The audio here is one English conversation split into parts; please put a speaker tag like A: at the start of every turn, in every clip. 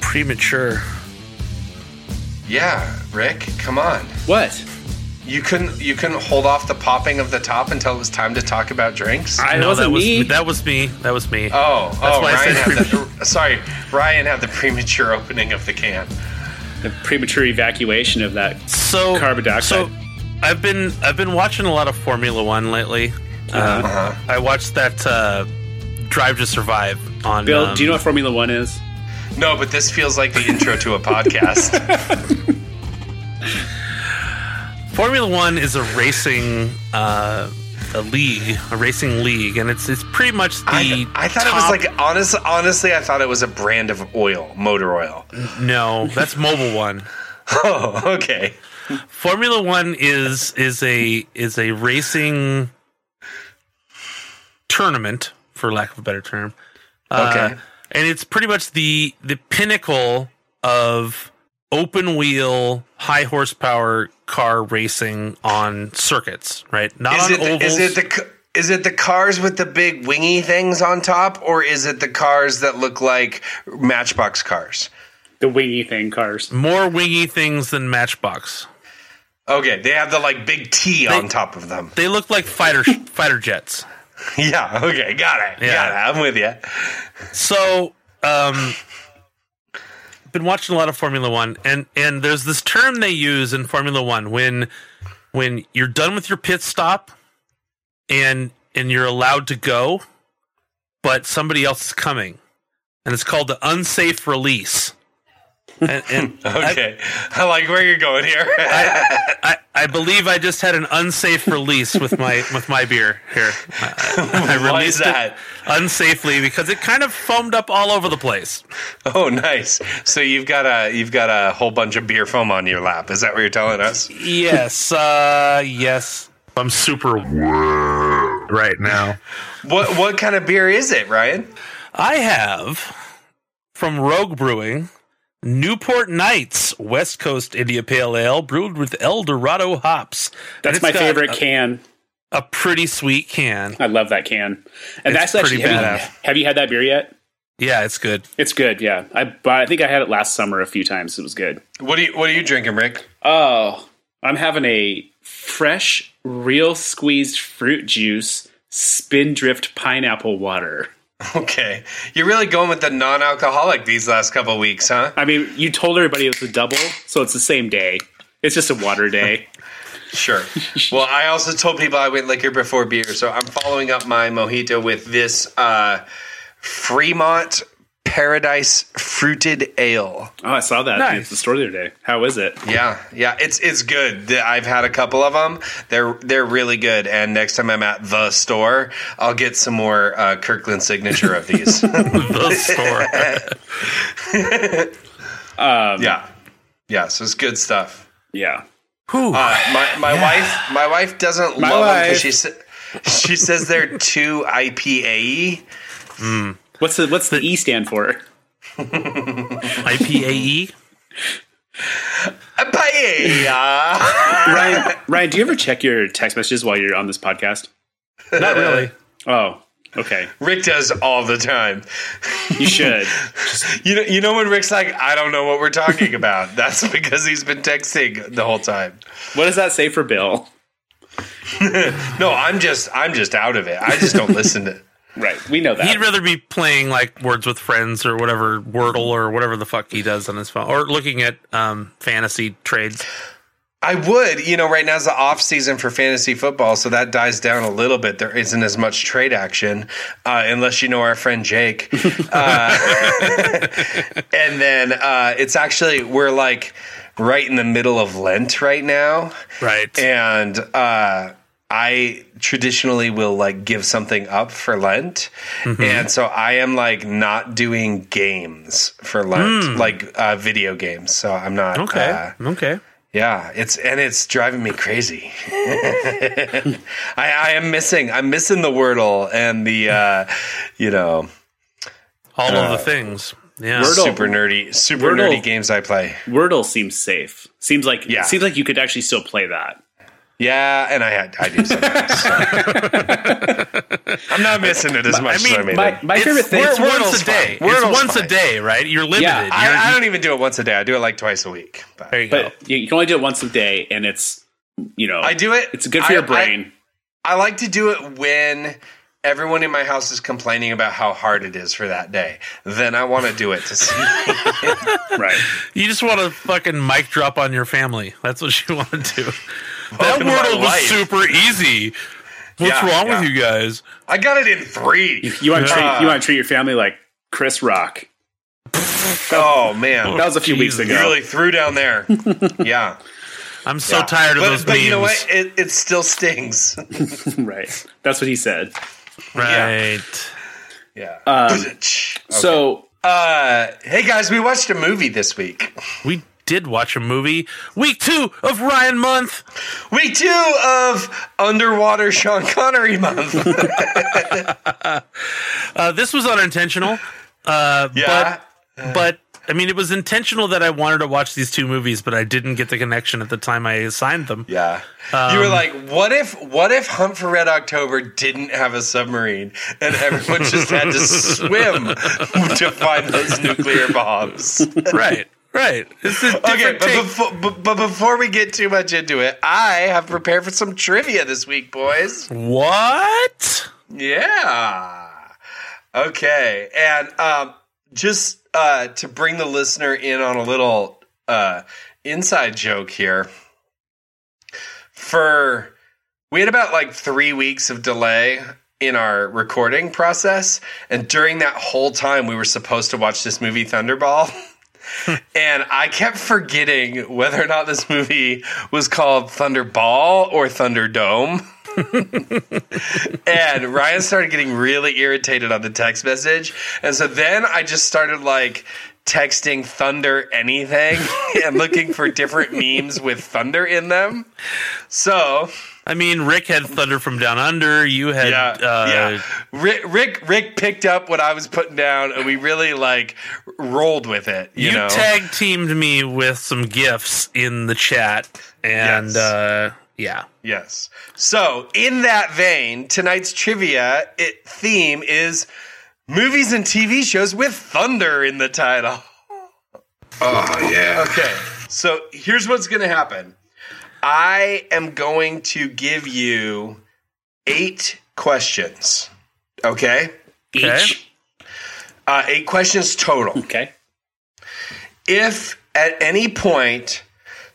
A: premature.
B: Yeah, Rick, come on.
C: What?
B: You couldn't you couldn't hold off the popping of the top until it was time to talk about drinks.
A: I
C: It
A: know that
C: wasn't
A: was
C: me.
A: that was me. That was me.
B: oh,
A: That's
B: oh,
A: why I
B: Ryan
A: said
B: had the, sorry, Ryan had the premature opening of the can.
C: The premature evacuation of that.
A: so
C: Carbon dioxide.
A: So I've been I've been watching a lot of Formula One lately. Uh,
B: Uh-huh.
A: I watched that uh, Drive to Survive on.
C: Bill,
A: um,
C: do you know what Formula One is?
B: No, but this feels like the intro to a podcast.
A: Formula One is a racing uh, a league, a racing league, and it's it's pretty much the.
B: I, I thought it was
A: top-
B: like honest, honestly, I thought it was a brand of oil, motor oil.
A: Mm. no, that's Mobile One.
B: Oh, okay.
A: Formula One is is a is a racing tournament, for lack of a better term. Uh,
B: Okay.
A: and it's pretty much the the pinnacle of open wheel, high horsepower car racing on circuits, right? Not
B: Is
A: on
B: it, the,
A: ovals.
B: is it the c- is it the cars with the big wingy things on top, or is it the cars that look like Matchbox cars?
C: The wingy thing cars.
A: more wingy things than Matchbox.
B: Okay, they have the like big T on top of them.
A: They look like fighter fighter jets.
B: Yeah. Okay. Got it.
A: Yeah.
B: Got it. I'm with you.
A: So, um, been watching a lot of Formula One, and and there's this term they use in Formula One when when you're done with your pit stop, and and you're allowed to go, but somebody else is coming, and it's called the unsafe release. And, and
B: Okay. I, like where you're going here.
A: I, I I believe I just had an unsafe release with my with my beer here. I, I
B: Why is
A: released
B: that?
A: it unsafely because it kind of foamed up all over the place.
B: Oh, nice. So you've got a you've got a whole bunch of beer foam on your lap. Is that what you're telling us?
A: Yes, uh, yes. I'm super right now.
B: What what kind of beer is it, Ryan?
A: I have from Rogue Brewing Newport Nights West Coast India Pale Ale brewed with El Dorado hops. And
C: That's
A: it's
C: my
A: got
C: favorite
A: A,
C: can.
A: a pretty sweet can.
C: I love that can. And
A: It's
C: that's actually
A: pretty
C: have you,
A: badass.
C: have you had that beer yet?
A: Yeah, it's good.
C: It's good, yeah. I but I think I had it last summer a few times. It was good.
B: What are you What are you drinking, Rick?
C: Oh, I'm having a fresh, real squeezed fruit juice, spindrift pineapple water.
B: Okay, you're really going with the non-alcoholic these last couple weeks, huh?
C: I mean, you told everybody it's a double, so it's the same day. It's just a water day.
B: Sure. well, I also told people I went liquor before beer, so I'm following up my mojito with this uh, Fremont Paradise Fruited Ale.
C: oh, I saw that
A: Nice.
C: at the store the other day. How is it?
B: Yeah, yeah, it's it's good. The- I've had a couple of them. They're they're really good. And next time I'm at the store, I'll get some more uh, Kirkland signature of these.
A: The store.
B: yeah, yeah. So it's good stuff.
C: Yeah.
A: Whew.
B: Uh, my my wife my wife doesn't
C: My
B: love them
C: wife.
B: because she sa- she says they're too IPA.
C: What's the what's the E stand for?
A: IPAE.
B: IPA.
C: Ryan, Ryan, do you ever check your text messages while you're on this podcast?
A: Not really.
C: Oh, okay.
B: Rick does all the time.
C: You should.
B: You know you know when Rick's like I don't know what we're talking about. That's because he's been texting the whole time.
C: what does that say for Bill?
B: No, I'm just I'm just out of it. I just don't listen to.
C: Right. We know that.
A: He'd rather be playing like Words with Friends or whatever Wordle or whatever the fuck he does on his phone, or looking at um, fantasy trades.
B: I would, you know, right now's the off season for fantasy football, so that dies down a little bit. There isn't as much trade action, uh, unless you know our friend Jake. Uh, and then uh, it's actually we're like right in the middle of Lent right now,
A: Right.
B: and uh, I traditionally will like give something up for Lent,
C: Mm-hmm.
B: and so I am like not doing games for Lent,
C: Hmm.
B: like uh, video games. So I'm not
A: okay.
B: uh,
A: okay.
B: yeah, it's and it's driving me crazy. I, I am missing. I'm missing the Wordle and the, uh, you know,
A: All
B: uh,
A: of the things. Yeah.
C: Wordle.
B: super nerdy, super
C: Wordle.
B: nerdy games I play.
C: Wordle seems safe. Seems like
B: Yeah.
C: seems like you could actually still play that.
B: Yeah, and I had I do sometimes. so. I'm not missing it as much
A: I mean,
B: as I made
C: My,
B: it.
C: my favorite thing.
A: it's
B: Wordle's
A: once a
B: fine.
A: day. It's
B: Wordle's
A: once
B: fine.
A: a day, right? You're limited.
C: Yeah, I-
A: You're-
B: I, I don't even do it once a day. I do it like twice a week. But
A: there you go.
C: but you, you can only do it once a day, and it's you know
B: I do it.
C: It's good for
B: I-
C: your brain.
B: I, I like to do it when everyone in my house is complaining about how hard it is for that day. Then I want to do it to see.
C: right.
A: You just want to fucking mic drop on your family. That's what you want to do. that
B: Welcome to my
A: wordle was
B: life.
A: super easy. What's
B: Yeah,
A: wrong
B: yeah.
A: with you guys?
B: I got it in three.
C: You want to
B: Yeah.
C: treat you want to treat your family like Chris Rock.
B: Oh man,
C: That was a few
A: Jesus.
C: weeks
B: you
C: ago.
B: really threw down there. Yeah,
A: I'm so
B: Yeah.
A: tired of
B: but,
A: those
B: but
A: memes.
B: you know what? It, it still stings.
C: right. That's what he said.
A: Right.
B: Yeah.
C: Um,
B: Okay.
C: So
B: uh, hey guys, we watched a movie this week.
A: We did watch a movie. Week two of Ryan Month.
B: Week two of Underwater Sean Connery month.
A: Uh, this was unintentional. Uh,
B: yeah.
A: But, but, I mean, it was intentional that I wanted to watch these two movies, but I didn't get the connection at the time I assigned them.
B: Yeah. you were like, what if what if Hunt for Red October didn't have a submarine and everyone just had to swim to find those nuclear bombs?
A: Right. Right. It's a different
B: Okay, but
A: take.
B: before, but, but before we get too much into it, I have prepared for some trivia this week, boys.
A: what?
B: Yeah. Okay. And um, just uh, to bring the listener in on a little uh, inside joke here, for we had about like three weeks of delay in our recording process. And during that whole time, we were supposed to watch this movie, Thunderball. and I kept forgetting whether or not this movie was called Thunderball or Thunderdome. And Ryan started getting really irritated on the text message. And so then I just started like texting thunder anything and looking for different memes with thunder in them. So,
A: I mean, Rick had Thunder from Down Under. You had.
B: yeah,
A: uh,
B: yeah. Rick, Rick Rick picked up what I was putting down and we really like rolled with it, you,
A: You,
B: know.
A: tag teamed me with some gifts in the chat, and
B: Yes.
A: uh, yeah,
B: Yes. So, in that vein, tonight's trivia it, theme is movies and TV shows with thunder in the title.
D: Oh yeah.
B: Okay, so here's what's going to happen. I am going to give you eight questions. Okay,
A: Okay.
C: each
B: uh, eight questions total.
C: okay.
B: If at any point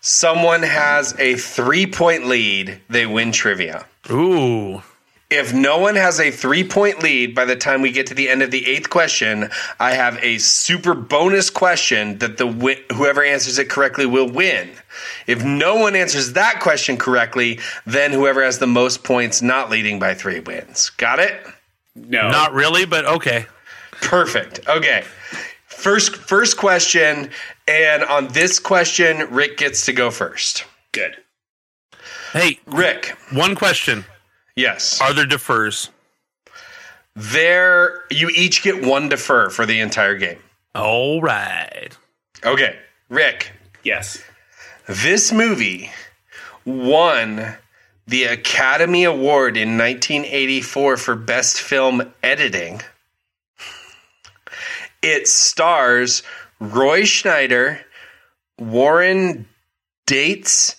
B: someone has a three-point lead, they win trivia. Oh.
A: ooh,
B: If no one has a three-point lead by the time we get to the end of the eighth question, I have a super bonus question that the wi- whoever answers it correctly will win. If no one answers that question correctly, then whoever has the most points not leading by 3 wins. Got it?
C: No.
A: not really, but okay.
B: Perfect. Okay. First first question and on this question Rick gets to go first.
C: good.
A: Hey,
B: Rick.
A: one question:
B: Yes.
A: Are there defers?
B: There you each get one defer for the entire game.
A: All right,
B: Okay. Rick,
C: Yes.
B: This movie won the Academy Award in 1984 for Best Film Editing. It stars Roy Schneider, Warren Dates,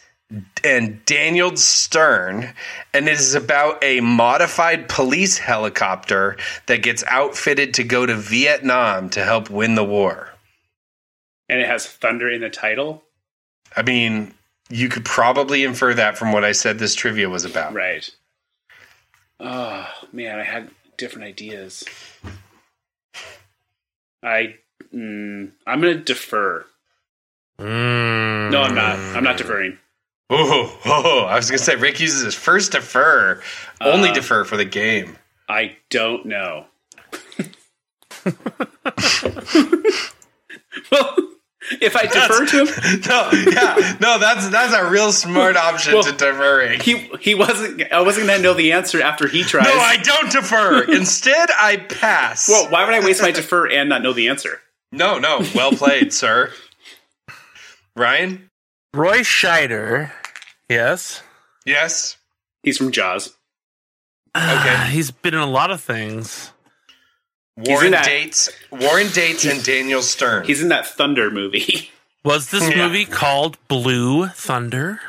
B: and Daniel Stern, and it is about a modified police helicopter that gets outfitted to go to Vietnam to help win the war.
C: And it has thunder in the title.
B: I mean, you could probably infer that from what I said this trivia was about.
C: Right. Oh man, I had different ideas. I mm, I'm gonna defer.
A: Mm.
C: No, I'm not. I'm not deferring.
B: Oh, oh, I was going to say, Rick uses his first defer, only
C: Uh,
B: defer for the game.
C: I don't know. well, if I defer to him,
B: No, yeah, no, that's that's a real smart option
C: Well-
B: to deferring.
C: he he wasn't. I wasn't gonna know the answer after he tries.
B: No, I don't defer. Instead, I pass.
C: well, why would I waste my defer and not know the answer?
B: No, no, well played, sir. Ryan?
A: Roy Scheider. Yes.
B: Yes.
C: He's from Jaws.
A: Ah, he's been in a lot of things.
B: Warren
C: that-
B: Dates, Warren Dates, and Daniel Stern.
C: He's in that Thunder movie.
A: Was this
B: Yeah.
A: movie called Blue Thunder?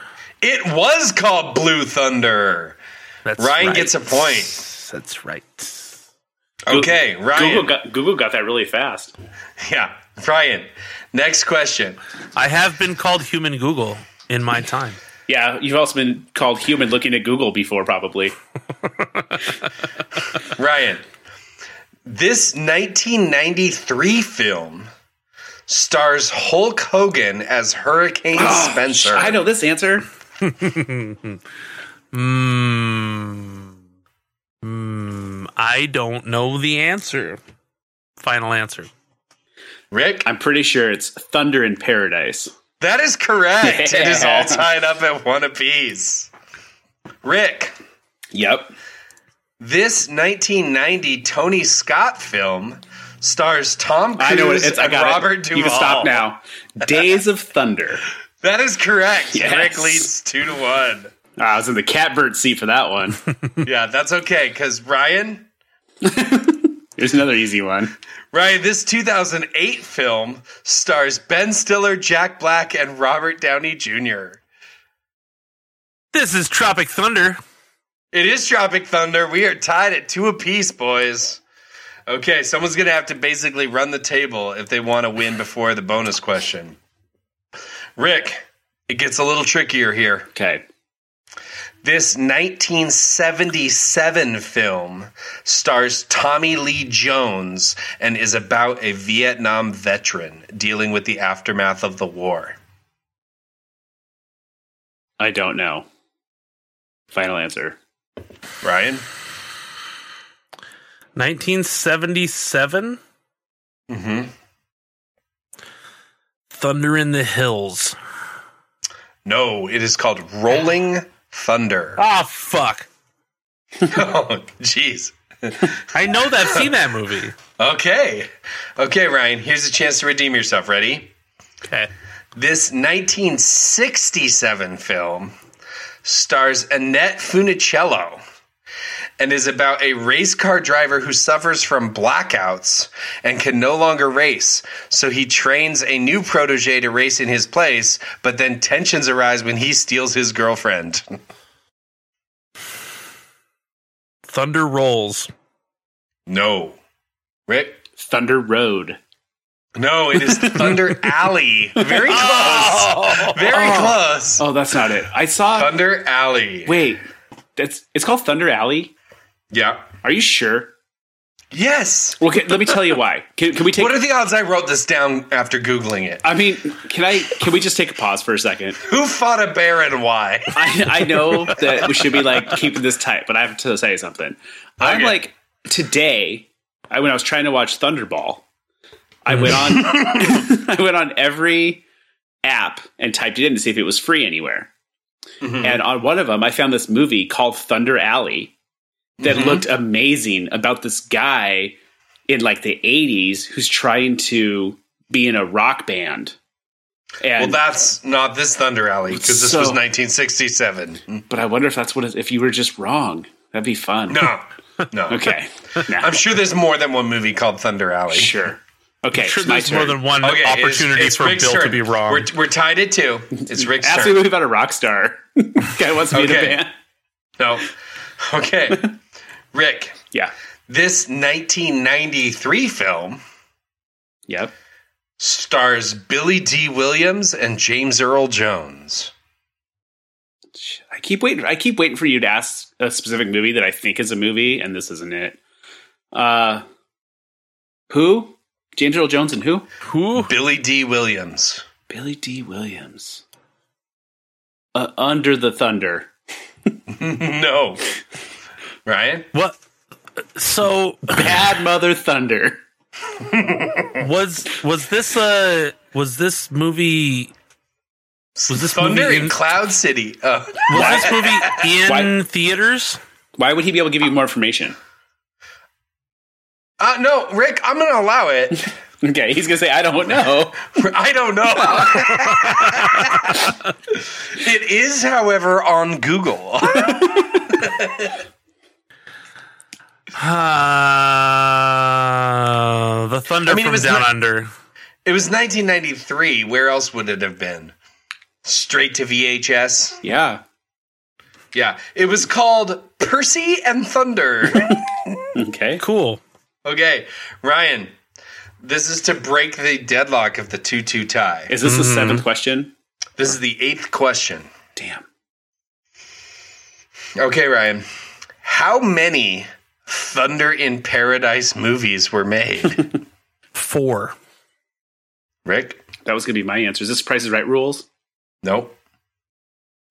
B: it was called Blue Thunder.
A: That's
B: Ryan gets a point.
A: That's right.
B: Okay, Ryan.
C: Google got, Google got that really fast.
B: yeah, Ryan. Next question.
A: I have been called human Google in my time.
C: Yeah, you've also been called human looking at Google before, probably.
B: Ryan, this 1993 film stars Hulk Hogan as Hurricane Spencer.
C: Oh, I know this answer.
A: Mm, mm, I don't know the answer. Final answer.
B: Rick,
C: I'm pretty sure it's Thunder in Paradise.
B: that is correct. It is
C: Yeah.
B: all tied up at one apiece. Rick,
C: Yep.
B: this 1990 Tony Scott film stars Tom Cruise
C: I know what it is. I
B: and
C: got
B: Robert
C: it.
B: Duvall.
C: You can stop now. Days of Thunder.
B: That is correct.
C: Yes.
B: Rick leads two to one.
C: Ah, I was in the catbird seat for that one.
B: Yeah, that's okay because Ryan,
C: Here's another easy one.
B: Ryan, this 2008 film stars Ben Stiller, Jack Black, and Robert Downey Jr.
A: This is Tropic Thunder.
B: It is Tropic Thunder. We are tied at two apiece, boys. Okay, someone's gonna have to basically run the table if they want to win before the bonus question. Rick, it gets a little trickier here.
C: Okay.
B: This 1977 film stars Tommy Lee Jones and is about a Vietnam veteran dealing with the aftermath of the war.
C: I don't know. Final answer.
B: Ryan?
A: 1977.
B: Mm-hmm.
A: Thunder in the Hills.
B: No, it is called Rolling Thunder.
A: Ah, fuck.
B: Oh, jeez.
A: I know that. I've seen that movie.
B: Okay. Okay, Ryan, here's a chance to redeem yourself. Ready?
A: Okay.
B: This 1967 film stars Annette Funicello and is about a race car driver who suffers from blackouts and can no longer race. So he trains a new protege to race in his place, but then tensions arise when he steals his girlfriend.
A: Thunder Rolls.
B: No. Rick?
C: Thunder Road.
B: No, it is Thunder Alley. Very close. Very close.
C: Oh, that's not it. I saw.
B: Thunder Alley.
C: Wait. That's it's called Thunder Alley.
B: Yeah.
C: Are you sure?
B: Yes.
C: Well, can, let me tell you why. Can, can we take?
B: What are the odds I wrote this down after Googling it?
C: I mean, can I? Can we just take a pause for a second?
B: Who fought a bear and why?
C: I, I know that we should be like keeping this tight, but I have to say something. I'm
B: Okay.
C: like today. I when I was trying to watch Thunderball, I went on. I went on every app and typed it in to see if it was free anywhere.
B: Mm-hmm.
C: And on one of them, I found this movie called Thunder Alley that
B: Mm-hmm.
C: looked amazing about this guy in like the 80s who's trying to be in a rock band.
B: Well,
C: And
B: that's not this Thunder Alley because this
C: So-
B: was 1967.
C: But I wonder if that's what it, if you were just wrong. That'd be fun.
B: No, no.
C: Okay. Nah.
B: I'm sure there's more than one movie called Thunder Alley.
C: sure. Okay.
A: Sure,
C: it's my
A: there's more
C: turn.
A: than one
B: Okay, it's-
A: opportunity
B: it's
A: for
B: Rick's
A: Bill to
B: turn.
A: be wrong.
B: We're, we're tied at two. It's Rick's
C: Ask me
B: turn.
C: a movie about a rock star. guy wants to be
B: Okay.
C: in a band.
B: No. Okay. Rick,
C: Yeah.
B: this 1993 film
C: Yep.
B: stars Billy D. Williams and James Earl Jones.
C: I keep waiting. I keep waiting for you to ask a specific movie that I think is a movie, and this isn't it. Uh, who? James Earl Jones and who?
A: Who?
B: Billy D. Williams.
C: Billy D. Williams. Uh, Under the Thunder.
B: no. Ryan?
A: What? So
C: Bad Mother Thunder.
A: was was this a was this movie was this
B: Thunder
A: movie
B: in
A: in,
B: Cloud City. Uh,
A: was this movie in
C: Why-
A: theaters?
C: Why would he be able to give you more information?
B: uh, no, Rick, I'm going to allow it.
C: Okay, he's gonna say I don't know.
B: I don't know. it is, however, on Google.
A: Uh, the Thunder
B: I mean, it
A: from
B: was
A: Down
B: not-
A: Under.
B: It was 1993. Where else would it have been? Straight to VHS.
C: Yeah,
B: Yeah, it was called Percy and Thunder.
C: okay.
A: Cool.
B: okay, Ryan, this is to break the deadlock of the 2 2 tie.
C: Is this the seventh question?
B: This is the eighth question.
C: Damn.
B: Okay, Ryan, how many Thunder in Paradise movies were made?
A: Four.
B: Rick?
C: That was gonna be my answer. Is this Price is Right rules?
B: Nope.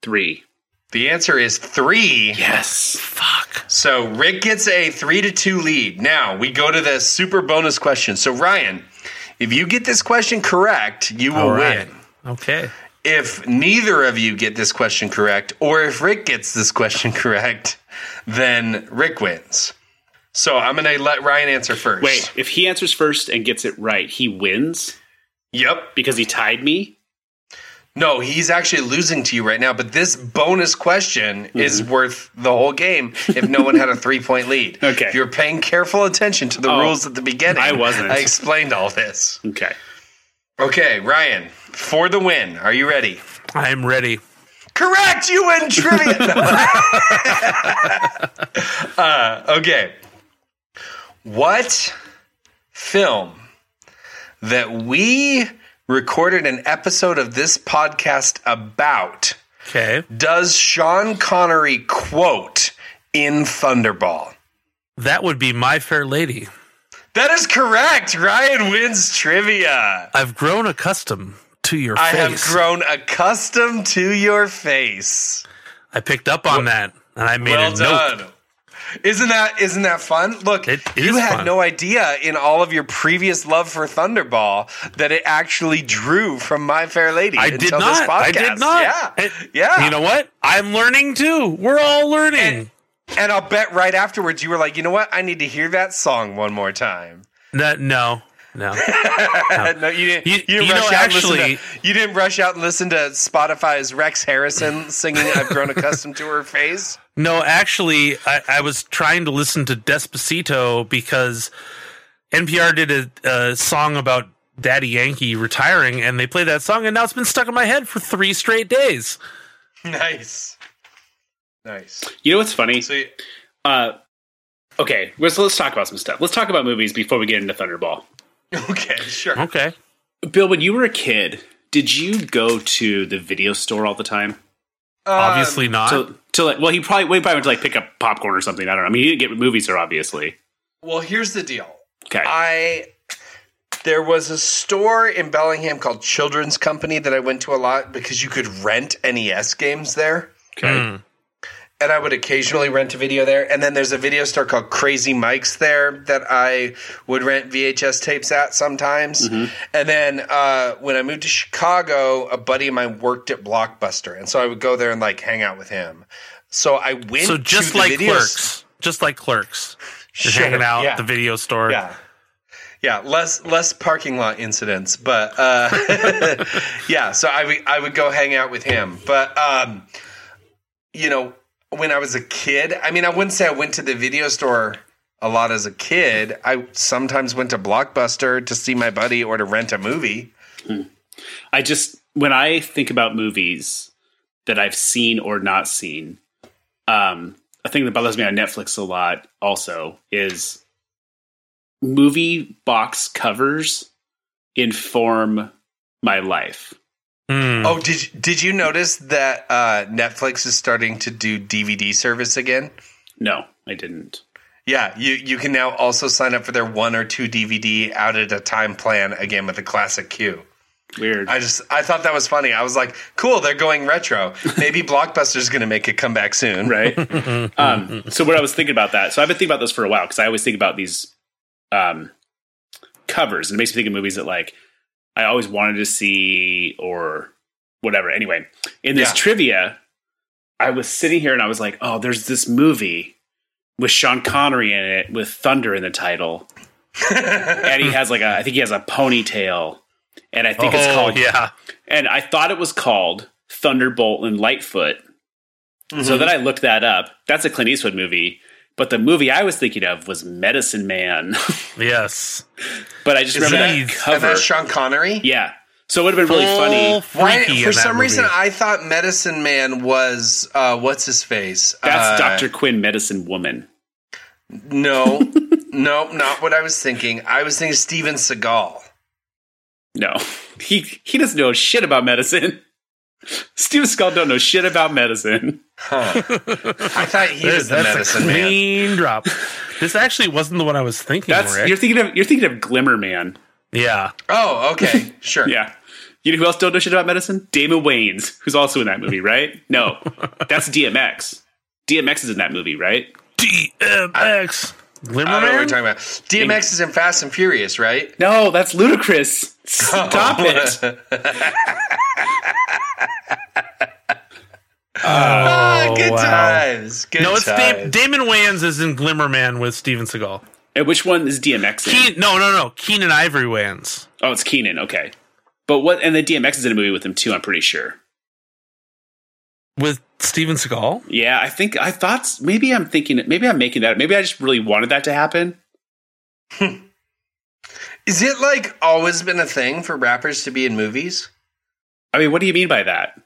C: Three.
B: The answer is three.
C: Yes.
A: Fuck.
B: So Rick gets a three to two lead. Now we go to the super bonus question. So Ryan, if you get this question correct, you will
A: All right.
B: win.
A: Okay.
B: If neither of you get this question correct, or if Rick gets this question correct, then Rick wins. So I'm gonna let Ryan answer first.
C: Wait, if he answers first and gets it right, he wins
B: Yep.
C: because he tied me.
B: No, he's actually losing to you right now, but this bonus question is
C: Mm-hmm.
B: worth the whole game if no one had a three point lead.
C: Okay.
B: If you're paying careful attention to the
C: Oh,
B: rules at the beginning,
C: I wasn't.
B: I explained all this.
C: Okay.
B: Okay, Ryan, for the win, are you ready?
A: I'm ready.
B: Correct, you win trivia. uh, okay. What film that we recorded an episode of this podcast about
A: Okay.
B: does Sean Connery quote in Thunderball?
A: That would be My Fair Lady.
B: That is correct. Ryan wins trivia.
A: I've grown accustomed to your
B: I have
A: face.
B: grown accustomed to your face.
A: I picked up on that and I made
B: Well
A: a note.
B: done. Isn't that isn't that fun? Look,
A: It- it
B: you
A: is
B: had
A: fun.
B: no idea in all of your previous love for Thunderball that it actually drew from My Fair Lady.
A: I did
B: until
A: not.
B: This podcast.
A: I did not.
B: Yeah,
A: And-
B: yeah.
A: You know what? I'm learning too. We're all learning.
B: and I'll bet right afterwards you were like, you know what? I need to hear that song one more time.
A: No, no, no.
B: No, you didn't.
A: You-
B: You, didn't
A: you know,
B: rush out actually,
A: actually-
B: you didn't rush out and listen to Spotify's Rex Harrison singing "I've Grown Accustomed to Her Face."
A: No, actually, I, I was trying to listen to Despacito because NPR did a, a song about Daddy Yankee retiring, and they played that song, and now it's been stuck in my head for three straight days.
B: Nice, nice.
C: You know what's funny?
B: So, you-
C: Uh, okay, let's, let's talk about some stuff. Let's talk about movies before we get into Thunderball.
B: okay, sure.
A: Okay.
C: Bill, when you were a kid, did you go to the video store all the time?
A: Obviously not.
C: To, to like, well, he probably, well, he probably went to like pick up popcorn or something. I don't know. I mean, he didn't get movies there, obviously.
B: Well, here's the deal.
C: Okay.
B: I there was a store in Bellingham called Children's Company that I went to a lot because you could rent NES games there.
C: okay.
A: Mm.
B: and I would occasionally rent a video there. And then there's a video store called Crazy Mike's there that I would rent VHS tapes at sometimes.
A: Mm-hmm.
B: And then uh, when I moved to Chicago, a buddy of mine worked at Blockbuster, and so I would go there and like hang out with him. So I went
A: so
B: to
A: just
B: the
A: like
B: video
A: clerks, just like clerks, just
B: Sure,
A: hanging out
B: yeah.
A: at the video store.
B: yeah yeah less less parking lot incidents but uh yeah so i would i would go hang out with him but um you know when i was a kid i mean i wouldn't say i went to the video store a lot as a kid i sometimes went to blockbuster to see my buddy or to rent a movie
C: I just when I think about movies that I've seen or not seen, um, a thing that bothers me on Netflix a lot also is movie box covers inform my life.
A: Mm.
B: oh did did you notice that uh netflix is starting to do dvd service again
C: No, I didn't.
B: Yeah, you, you can now also sign up for their one or two DVD out at a time plan again with a classic queue.
C: Weird.
B: I just I thought that was funny. I was like, cool, they're going retro. Maybe Blockbuster's going to make a comeback soon.
C: right? um, so what I was thinking about that. So I've been thinking about this for a while because I always think about these um, covers, and it makes me think of movies that like I always wanted to see or whatever. Anyway, in this
B: Yeah.
C: trivia, I was sitting here and I was like, oh, there's this movie with Sean Connery in it with Thunder in the title. and he has like a I think he has a ponytail, and I think it's
A: Oh
C: called
A: yeah,
C: and I thought it was called Thunderbolt and Lightfoot. So
A: Mm-hmm.
C: then I looked that up. That's a Clint Eastwood movie, but the movie I was thinking of was Medicine Man.
A: yes.
C: but I just
A: Is
C: remember
A: that-
C: that
A: and
B: And
C: cover.
B: that's Sean Connery.
C: yeah, so it would have been really
A: Full
C: funny.
B: Why,
A: freaky in
B: for
A: that
B: some reason,
A: movie.
B: I thought Medicine Man was uh, what's his face.
C: That's
B: Uh,
C: Doctor Quinn, Medicine Woman.
B: No, no, not what I was thinking. I was thinking Steven Seagal.
C: No, he he doesn't know shit about medicine. Steven Skull don't know shit about medicine.
B: Huh. I thought he was the
A: That's
B: Medicine
A: a
B: Man.
A: clean drop. This actually wasn't the one I was thinking.
C: That's
A: Rick.
C: you're thinking of you're thinking of Glimmer Man.
A: yeah,
B: Oh, okay, sure.
C: Yeah. You know who else don't know shit about medicine? Damon Wayans, who's also in that movie, right? No, that's DMX. DMX is in that movie, right?
A: DMX.
B: I don't know what we're
A: Glimmerman.
B: talking about. DMX is in Fast and Furious, right?
C: No, that's ludicrous. Stop it. Oh,
B: ah, good
A: wow.
B: times. Good
A: No, it's Dam-
B: times.
A: Damon Wayans is in Glimmerman with Steven Seagal.
C: And which one is DMX in?
A: Keen, no, no, no. Keenan Ivory Wayans.
C: Oh, it's Keenan. Okay. But what? And then DMX is in a movie with him too. I'm pretty sure.
A: with Steven Seagal.
C: Yeah, I think I thought maybe I'm thinking maybe I'm making that maybe I just really wanted that to happen.
B: Is it like always been a thing for rappers to be in movies?
C: I mean, what do you mean by that?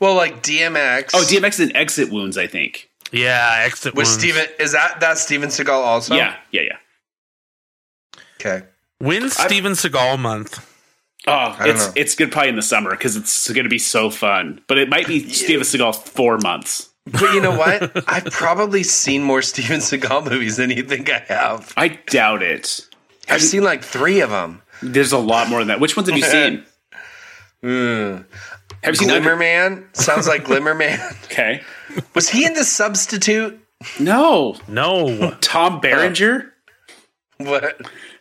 B: Well, like DMX.
C: Oh, DMX is in Exit Wounds, I think.
A: Yeah, exit
B: With
A: wounds.
B: Steven, is that that Steven Seagal also?
C: Yeah, yeah, yeah.
B: Okay.
A: When's
C: I-
A: Steven Seagal month?
C: Oh,
B: don't
C: it's
B: know.
C: it's good probably in the summer because it's going to be so fun. But it might be Steven Seagal four months.
B: But you know what? I've probably seen more Steven Seagal movies than you think I have.
C: I doubt it.
B: I've seen like three of them.
C: There's a lot more than that. Which ones have you seen?
B: Mm.
C: Have you seen
B: Glimmer
C: Under-
B: Man sounds like Glimmer Man.
C: Okay.
B: Was he in the substitute?
C: No,
A: No,
C: Tom Berenger.
B: What?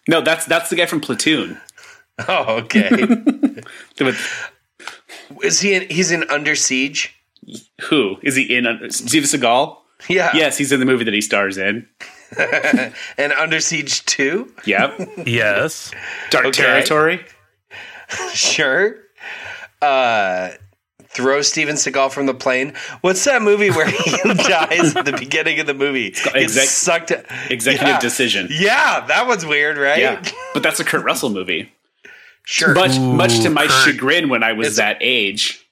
C: No, that's that's the guy from Platoon.
B: Oh, okay.
C: With-
B: is he? In, he's in Under Siege.
C: Who is he in? Under- Steven Seagal.
B: Yeah.
C: Yes, he's in the movie that he stars in.
B: And Under Siege Two.
C: Yep.
A: yes,
C: Dark
B: Okay.
C: Territory.
B: Sure. Uh, throw Steven Seagal from the plane. What's that movie where he dies at the beginning of the movie? Gets
C: exec-
B: sucked.
C: Executive
B: Yeah.
C: Decision.
B: Yeah, that was weird, right?
C: Yeah, but that's a Kurt Russell movie.
B: Sure.
C: Much, much to
A: Ooh,
C: my
A: Kurt.
C: chagrin, when I
B: It's-
C: was that age,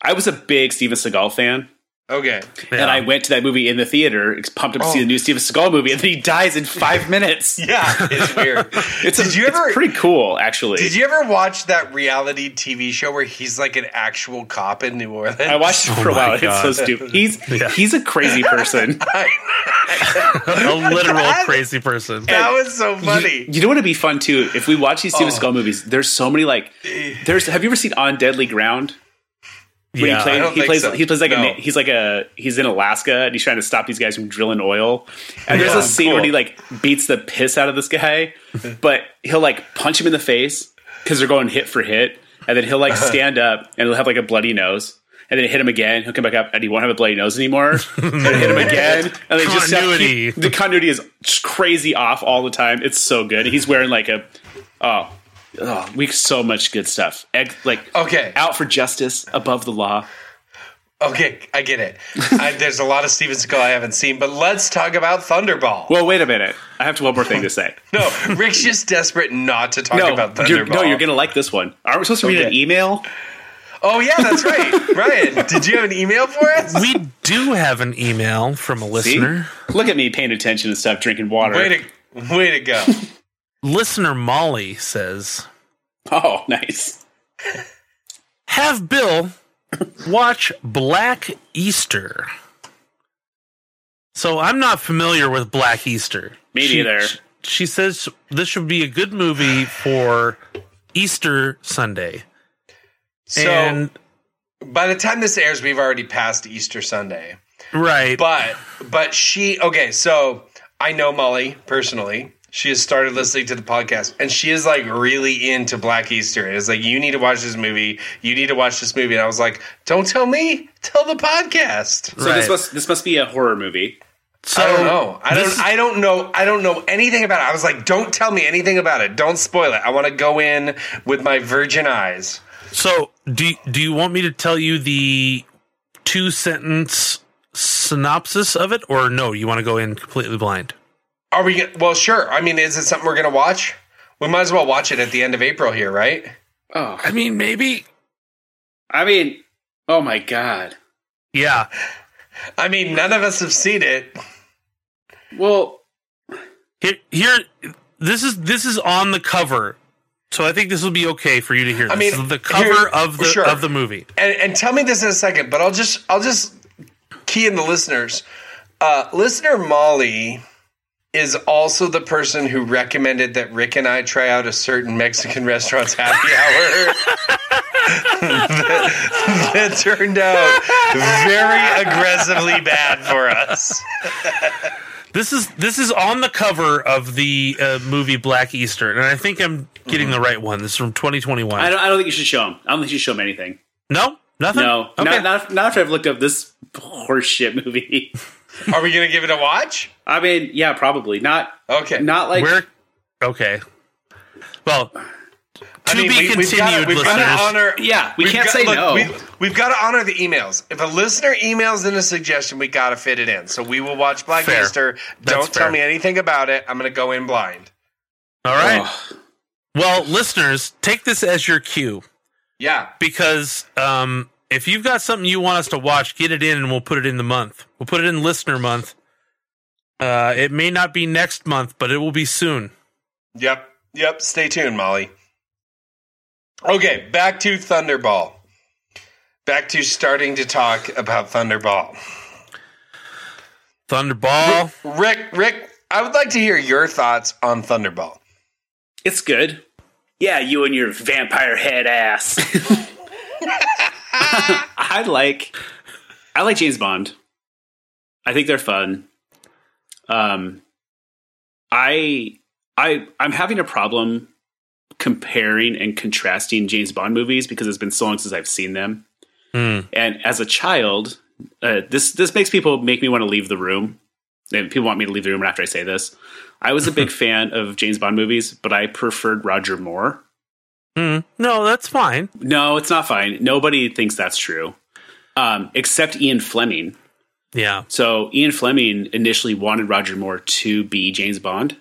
C: I was a big Steven Seagal fan,
B: okay.
A: Yeah.
C: and I went to that movie in the theater, ex- pumped up to see
B: Oh.
C: the new Steven Seagal movie, and then he dies in five minutes.
B: Yeah, it's weird.
C: It's, a-
B: Did you
C: it's
B: ever-
C: pretty cool, actually.
B: Did you ever watch that reality TV show where he's like an actual cop in New Orleans?
C: I watched it for a
A: Oh my
C: while. It's so
A: God.
C: stupid. He's
A: Yeah.
C: he's a crazy person.
A: a literal
B: That-
A: crazy person.
B: that was so
C: You,
B: funny.
C: you know what would be fun too? If we watch these
B: Oh.
C: Steven Seagal movies, there's so many like. There's have you ever seen On Deadly Ground? Where
A: Yeah,
C: he, plays,
B: don't
C: he
B: think
C: plays.
B: so.
C: He plays like
B: No.
C: a. He's like a. He's in Alaska and he's trying to stop these guys from drilling oil. And there's
B: Yeah,
C: a scene
B: cool.
C: where he like beats the piss out of this guy, but he'll like punch him in the face because they're going hit for hit, and then he'll like stand up and he'll have like a bloody nose. And then hit him again. He'll come back up, and he won't have a bloody nose anymore. and hit him again. And they just have-
A: Continuity.
C: he- the continuity is just crazy off all the time. It's so good. He's wearing like a oh, oh we so much good stuff. Egg, like
B: Okay.
C: out for justice, above the law.
B: Okay, I get it. I, there's a lot of Steven Seagal I haven't seen, but let's talk about Thunderball.
C: Well, wait a minute. I have one more thing to say.
B: no, Rick's just desperate not to talk
C: No,
B: about Thunderball.
C: you're, no, you're gonna like this one. Aren't we supposed to read an
B: Okay.
C: email?
B: Oh yeah, that's right. Ryan, did you have an email for us?
A: we do have an email from a listener,
C: Look at me paying attention and stuff, drinking water.
B: Way to way to go.
A: listener Molly says,
C: oh, nice.
A: "Have Bill watch Black Easter." So I'm not familiar with Black Easter.
C: Me
A: She-
C: neither.
A: sh- She says this should be a good movie for Easter Sunday.
B: So
A: and
B: by the time this airs, we've already passed Easter Sunday.
A: right,
B: But but she okay, so I know Molly personally. She has started listening to the podcast and she is like really into Black Easter. And it's like, you need to watch this movie. You need to watch this movie. And I was like, don't tell me, tell the podcast.
C: So this
A: Right.
C: must this must be a horror movie.
A: So
B: I don't know. I
A: this-
B: don't. I don't know. I don't know anything about it. I was like, don't tell me anything about it. Don't spoil it. I want to go in with my virgin eyes.
A: So do do you want me to tell you the two sentence synopsis of it, or no? You want to go in completely blind?
B: Are we? get- Well, sure. I mean, is it something we're gonna watch? We might as well watch it at the end of April here, right?
C: Oh,
A: I mean, maybe.
C: I mean, oh my god.
A: Yeah,
B: I mean, none of us have seen it.
C: Well,
A: here, here. This is this is on the cover, so I think this will be okay for you to hear. This.
B: I mean,
A: This is the cover
B: here-
A: of the
B: sure.
A: of the movie.
B: and, and tell me this in a second, but I'll just I'll just key in the listeners. Uh, listener Molly is also the person who recommended that Rick and I try out a certain Mexican restaurant's happy hour. that, that turned out very aggressively bad for us.
A: This is this is on the cover of the uh, movie Black Easter, and I think I'm getting the right one. This is from 2021.
C: I don't. I don't think you should show him. I don't think you should show him anything.
A: no, nothing.
C: No,
A: okay.
C: not, not not after I've looked up this horseshit movie.
B: Are we gonna give it a watch?
C: I mean, yeah, probably not.
B: Okay.
C: Not like
A: Where? Okay. Well, to
B: I mean,
A: be
B: we-
A: continued,
B: we've gotta- we've gotta
A: listeners.
B: honor-
C: yeah, we
B: We've
C: can't
B: got-
C: say
B: look,
C: no.
B: We, we've got to honor the emails. If a listener emails in a suggestion, we got to fit it in. So we will watch Black
A: Fair.
B: Easter.
A: That's
B: Don't
A: fair.
B: tell me anything about it. I'm going to go in blind.
A: All right.
C: Ugh.
A: Well, listeners, take this as your cue
B: Yeah.
A: because um, if you've got something you want us to watch, get it in, and we'll put it in the month. We'll put it in listener month. Uh, it may not be next month, but it will be soon.
B: Yep. Yep. Stay tuned, Molly. Okay. Back to Thunderball. Back to starting to talk about Thunderball.
A: Thunderball.
B: Rick, Rick, I would like to hear your thoughts on Thunderball.
C: It's good. Yeah, you and your vampire head ass. I like I like James Bond. I think they're fun. Um I I I'm having a problem comparing and contrasting James Bond movies because it's been so long since I've seen them.
A: Hmm.
C: And as a child, uh, this this makes people make me want to leave the room. And people want me to leave the room after I say this. I was a big fan of James Bond movies, but I preferred Roger Moore.
A: Hmm. No, that's fine.
C: No, it's not fine. Nobody thinks that's true, um, except Ian Fleming.
A: Yeah.
C: So Ian Fleming initially wanted Roger Moore to be James Bond,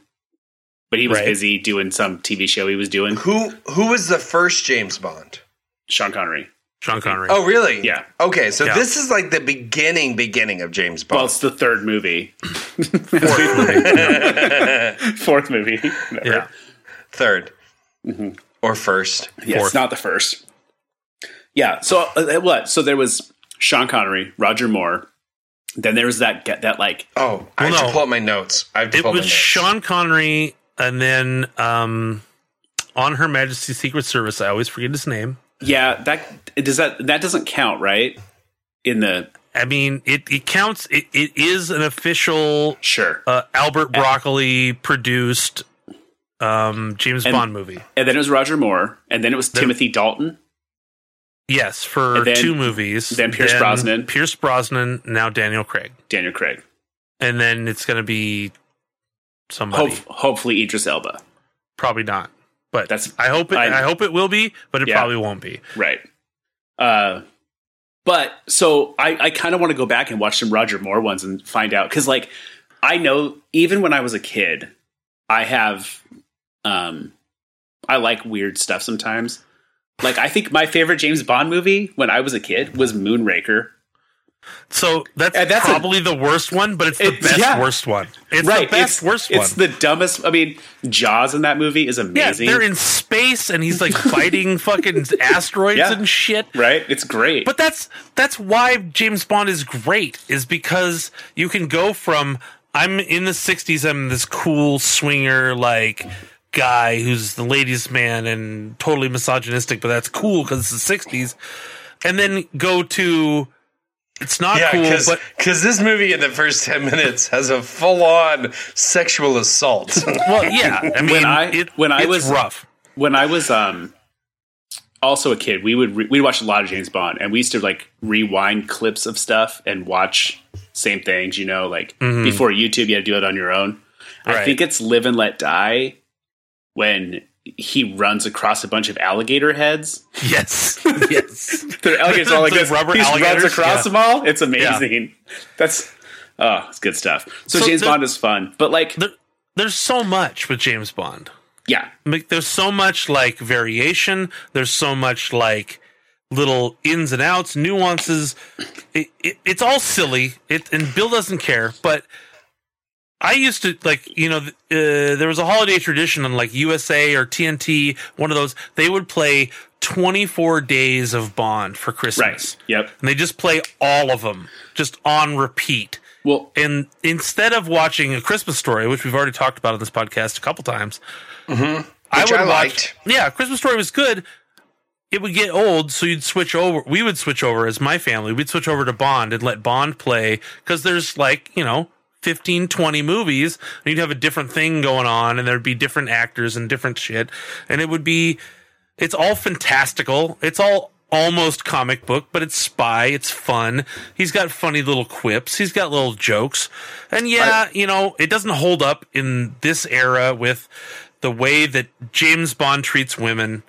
C: but he was
A: Right.
C: busy doing some TV show he was doing.
B: Who who was the first James Bond?
C: Sean Connery.
A: Sean Connery.
B: Oh, really?
C: Yeah.
B: Okay, so
A: Yeah.
B: this is like the beginning, beginning of James
C: Well,
B: Bond.
C: it's the third movie, fourth movie. Never.
A: yeah.
B: Third or first.
C: Yeah,
A: Fourth.
C: it's not the first. Yeah. So uh, what? So there was Sean Connery, Roger Moore. Then there was that get that like
B: Oh, I have
A: no.
B: to pull up my notes. I have to
A: It
B: pull up my
A: was
B: notes.
A: Sean Connery, and then um, on Her Majesty's Secret Service. I always forget his name.
C: yeah that does that that doesn't count right in the
A: I mean, it, it counts. It, it is an official
C: sure.
A: uh, Albert Broccoli produced um, James
C: And-
A: Bond movie.
C: and then it was Roger Moore, and then it was Timothy Dalton.
A: Yes, for
C: And then-
A: two movies.
C: then Pierce Brosnan.
A: Pierce Brosnan, now Daniel Craig.
C: Daniel Craig.
A: And then it's going to be somebody.
C: Hope, hopefully Idris Elba.
A: Probably not. But
C: That's-
A: I hope it,
C: I-
A: I, hope it will be, but it
C: Yeah.
A: probably won't be.
C: Right. Uh, but so I, I kind of want to go back and watch some Roger Moore ones and find out because like I know even when I was a kid, I have um I like weird stuff sometimes. Like I think my favorite James Bond movie when I was a kid was Moonraker.
A: So that's,
C: And that's a-
A: probably the worst one, but it's the
C: It's-
A: best
C: yeah.
A: worst one. It's the best
C: it's,
A: worst
C: It's
A: one.
C: the dumbest. I mean, Jaws in that movie is
A: yeah,
C: amazing.
A: they're in space and he's like fighting fucking asteroids
C: Yeah.
A: and shit.
C: right? It's great.
A: But that's that's why James Bond is great is because you can go from I'm in the 60s I'm this cool swinger like guy who's the ladies man and totally misogynistic but that's cool cuz it's the 60s and then go to it's not
B: Yeah,
A: cool
B: because
A: but
B: this movie in the first 10 minutes has a full on sexual assault.
A: well yeah I mean
C: I-
A: it,
C: when I
A: it's
C: was-
A: rough
C: when I was um also a kid, we would re- we'd watch a lot of James Bond, and we used to like rewind clips of stuff and watch same things, you know, like
A: Mhm.
C: before YouTube, you had to do it on your own. I
A: Right.
C: think it's Live and Let Die when he runs across a bunch of alligator heads.
A: Yes. Yes.
C: The alligators are all like
A: The
C: this.
A: rubber
C: he just runs
A: alligators?
C: across
A: Yeah.
C: them all. It's amazing. That's oh, it's good stuff. So,
A: So
C: James
A: there-
C: Bond is fun, but like
A: there, there's so much with James Bond.
C: yeah,
A: Like, There's so much like variation. There's so much like little ins and outs, nuances. It, it, it's all silly. It and Bill doesn't care. But I used to like you know th- uh, there was a holiday tradition on like USA or TNT, one of those. They would play 24 days of Bond for Christmas,
C: right. Yep.
A: and they just play all of them just on repeat.
C: Well,
A: And instead of watching a Christmas story, which we've already talked about on this podcast a couple times,
B: Which I
A: would Watch,
B: liked.
A: yeah, Christmas story was good. It would get old, so you'd switch over. We would switch over as my family. We'd switch over to Bond and let Bond play because there's like, you know, 15, 20 movies, and you'd have a different thing going on, and there'd be different actors and different shit. And it would be, it's all fantastical. It's all almost comic book, but it's spy. It's fun. He's got funny little quips. He's got little jokes. And yeah, you know, it doesn't hold up in this era with the way that James Bond treats women.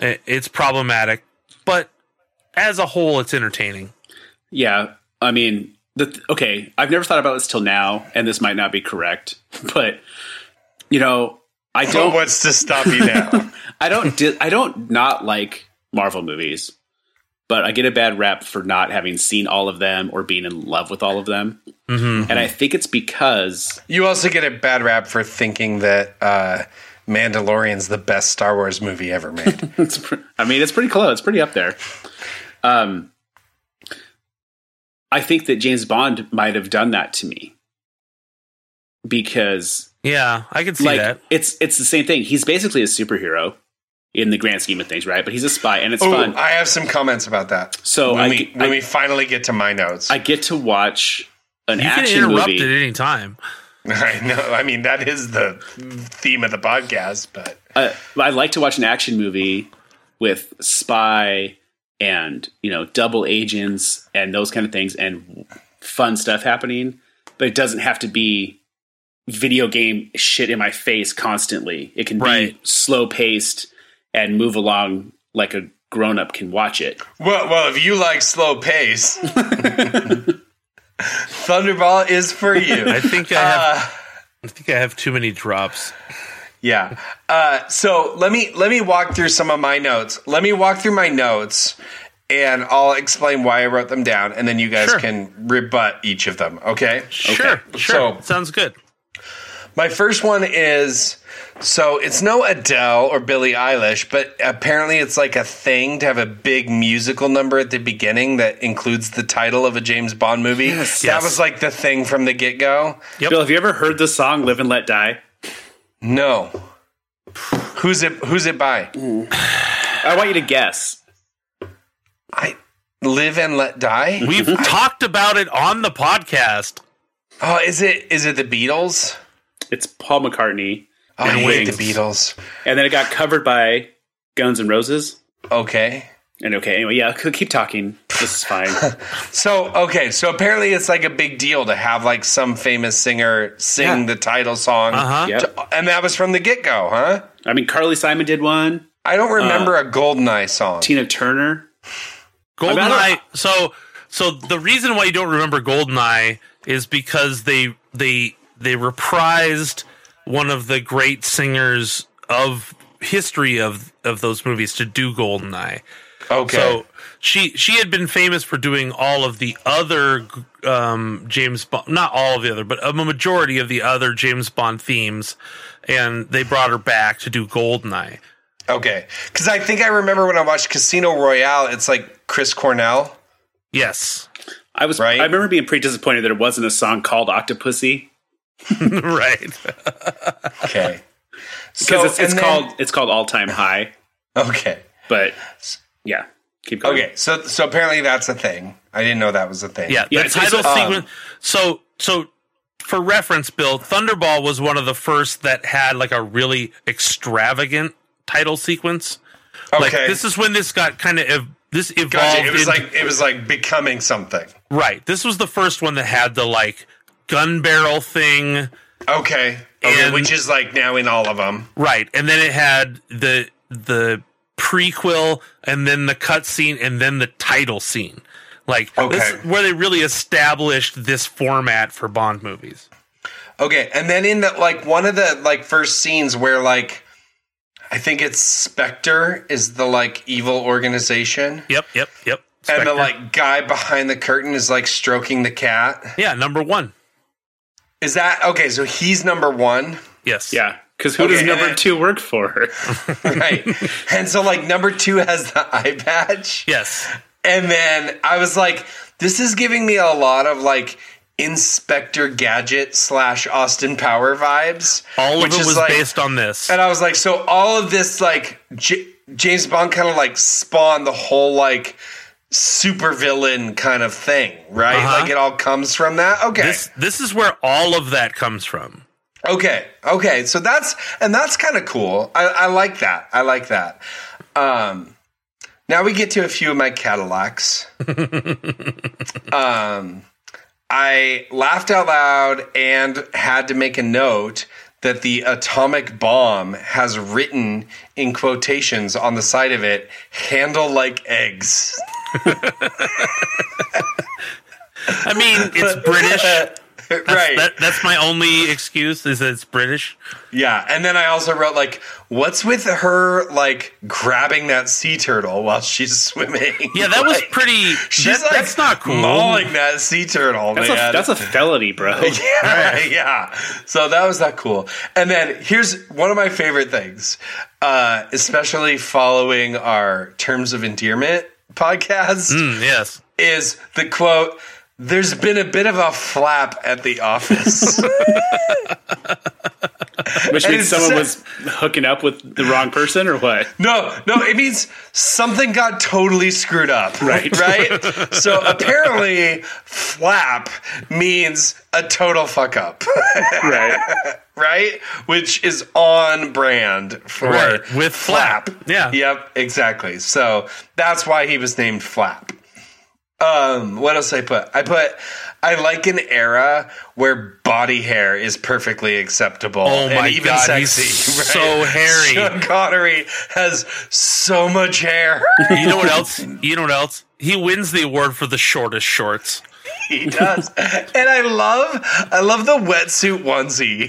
A: I- It's problematic, but as a whole, it's entertaining.
C: Yeah, I mean, the th- okay, I've never thought about this till now, and this might not be correct, but you know, I
B: But
C: don't,
B: what's to stop you now?
C: I don't, di- I don't not like Marvel movies, but I get a bad rap for not having seen all of them or being in love with all of them, mm-hmm. and I think it's because
B: you also get a bad rap for thinking that uh, Mandalorian's the best Star Wars movie ever made.
C: it's, pr- I mean, it's pretty close, it's pretty up there. Um, I think that James Bond might have done that to me because
A: Yeah, I can see
C: like
A: that.
C: it's it's the same thing. He's basically a superhero in the grand scheme of things, right? But he's a spy, and it's
B: Ooh,
C: fun.
B: Oh, I have some comments about that.
C: So
B: when,
C: I,
B: we,
C: I,
B: when we finally get to my notes,
C: I get to watch an
A: You can
C: action
A: interrupt
C: movie.
A: at any time.
B: I know. I mean, that is the theme of the podcast, but
C: Uh, I like to watch an action movie with spy and you know double agents and those kind of things and fun stuff happening, but it doesn't have to be video game shit in my face constantly. It can
A: Right.
C: be slow paced and move along like a grown up can watch it.
B: well, well, if you like slow pace, Thunderball is for you.
A: I think I have. I think I have too many drops.
B: Yeah. Uh, so let me let me walk through some of my notes. Let me walk through my notes, and I'll explain why I wrote them down, and then you guys
A: Sure.
B: can rebut each of them. Okay.
A: Sure, sure.
B: So-
A: Sounds good.
B: My first one is so it's no Adele or Billie Eilish, but apparently it's like a thing to have a big musical number at the beginning that includes the title of a James Bond movie. that
A: Yes.
B: was like the thing from the get go.
C: Bill, have you ever heard the song "Live and Let Die"?
B: No. Who's it who's it by?
C: I want you to guess.
B: I Live and Let Die?
A: We've talked about it on the podcast.
B: Oh, is it is it the Beatles?
C: It's Paul McCartney,
B: Oh, I hate the
C: Wings.
B: Beatles.
C: and then it got covered by Guns N' Roses.
B: Okay.
C: And okay, anyway, yeah, c- keep talking. This is fine.
B: So okay, so apparently it's like a big deal to have like some famous singer sing
C: Yeah.
B: the title song.
A: Uh-huh.
C: yep.
B: And that was from the get go, huh?
C: I mean, Carly Simon did one.
B: I don't remember a Goldeneye song.
C: Tina Turner. I mean, I
A: Goldeneye.
C: don't-
A: So, so the reason why you don't remember Goldeneye is because they they they reprised one of the great singers of history of of those movies to do Goldeneye.
B: okay.
A: So she she had been famous for doing all of the other um, James Bond, not all of the other, but a majority of the other James Bond themes, and they brought her back to do Goldeneye.
B: okay. Because I think I remember when I watched Casino Royale, it's like Chris Cornell.
A: Yes,
C: I was.
B: Right.
C: I remember being pretty disappointed that it wasn't a song called Octopussy
A: right.
B: Okay.
C: because
B: so
C: it's, it's
B: and then-
C: called it's called All Time High.
B: Okay.
C: But yeah, keep going.
B: Okay. So so apparently that's a thing. I didn't know that was a thing.
A: Yeah,
C: Yeah,
A: the
C: it's- it's
B: um,
A: title
C: a-
A: sequence. So, so for reference, Bill, Thunderball was one of the first that had like a really extravagant title sequence.
B: Okay.
A: Like this is when this got kind of ev- This evolved.
B: Gotcha. It was
A: into-
B: like it was like becoming something.
A: right. This was the first one that had the like gun barrel thing.
B: Okay. Okay,
A: And-
B: which is like now in all of them.
A: Right, and then it had the the prequel, and then the cutscene, and then the title scene. Like this
B: Okay.
A: is where they really established this format for Bond movies.
B: Okay, and then in the like one of the like first scenes where like I think it's Spectre is the like evil organization.
A: Yep, yep, yep.
B: And
A: Spectre.
B: the like guy behind the curtain is like stroking the cat.
A: yeah, number one.
B: Is that okay? So he's number one,
A: Yes,
C: Yeah, because who
B: Okay,
C: does
B: and
C: number
B: then-
C: two work for?
B: right? and so like number two has the eye patch.
A: yes.
B: And then I was like, this is giving me a lot of like Inspector Gadget slash Austin Power vibes.
A: All of
B: which
A: it
B: is,
A: was
B: like-
A: based on this.
B: And I was like, so all of this, like, J- James Bond kind of like spawned the whole, like, supervillain kind of thing, right?
A: Uh-huh.
B: Like, it all comes from that. Okay.
A: This this is where all of that comes from.
B: okay. Okay. So that's, and that's kind of cool. I, I like that. I like that. Um, now we get to a few of my Cadillacs. um, I laughed out loud and had to make a note that the atomic bomb has written in quotations on the side of it handle like eggs.
A: I mean, it's British.
B: right.
A: That, that's my only excuse is that it's British.
B: yeah. And then I also wrote, like, what's with her, like, grabbing that sea turtle while she's swimming?
A: Yeah, that was
B: Like,
A: pretty.
B: She's
A: that-
B: like
A: that's not cool.
B: Mauling that sea turtle,
C: That's,
B: man.
C: a, that's a felony, bro.
B: Oh, yeah, yeah. So that was not cool. And then here's one of my favorite things, uh, especially following our terms of endearment podcast,
A: Mm, yes.
B: is the quote. There's been a bit of a flap at the office.
C: Which
B: And
C: means
B: it's-
C: someone was hooking up with the wrong person or what?
B: no, no, it means something got totally screwed up.
C: Right.
B: Right? So apparently, flap means a total fuck up.
C: Right.
B: right? Which is on brand for
A: Right, with Flap. Yeah.
B: Yep, exactly. So that's why he was named Flap. Um, what else I put? I put I like an era where body hair is perfectly acceptable.
A: Oh my God, he's so hairy.
B: Sean Connery has so much hair.
A: You know what else? You know what else? He wins the award for the shortest shorts.
B: he does. and I love I love the wetsuit onesie.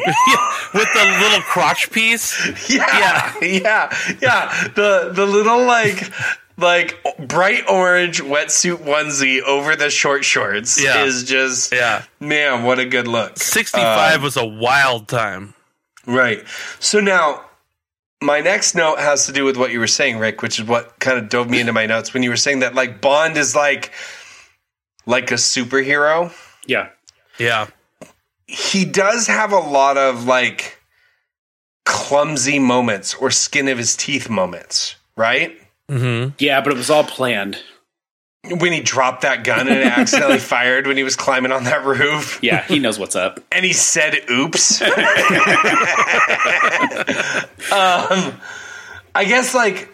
A: With the little crotch piece.
B: Yeah, yeah, yeah. The the little like like bright orange wetsuit onesie over the short shorts
A: Yeah.
B: is just
A: Yeah.
B: man, what a good look.
A: 65 was a wild time.
B: Right. So now my next note has to do with what you were saying, Rick, which is what kind of dove me into my notes when you were saying that like Bond is like like a superhero.
C: Yeah.
A: Yeah.
B: he does have a lot of like clumsy moments or skin of his teeth moments, right?
A: Mm-hmm.
C: Yeah, but it was all planned.
B: When he dropped that gun and it accidentally fired when he was climbing on that roof
C: Yeah, he knows what's up.
B: and he said oops. um I guess like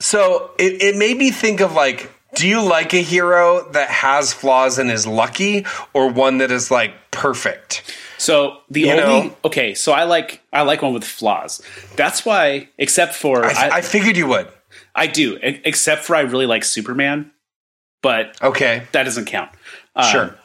B: so it, it made me think of like do you like a hero that has flaws and is lucky or one that is like perfect?
C: So the
B: You
C: only
B: know?
C: okay, so I like I like one with flaws. That's why, except for
B: I, I
C: I, I,
B: figured you would.
C: do, e- except for I really like Superman, but
B: Okay.
C: that doesn't count. Um,
B: Sure.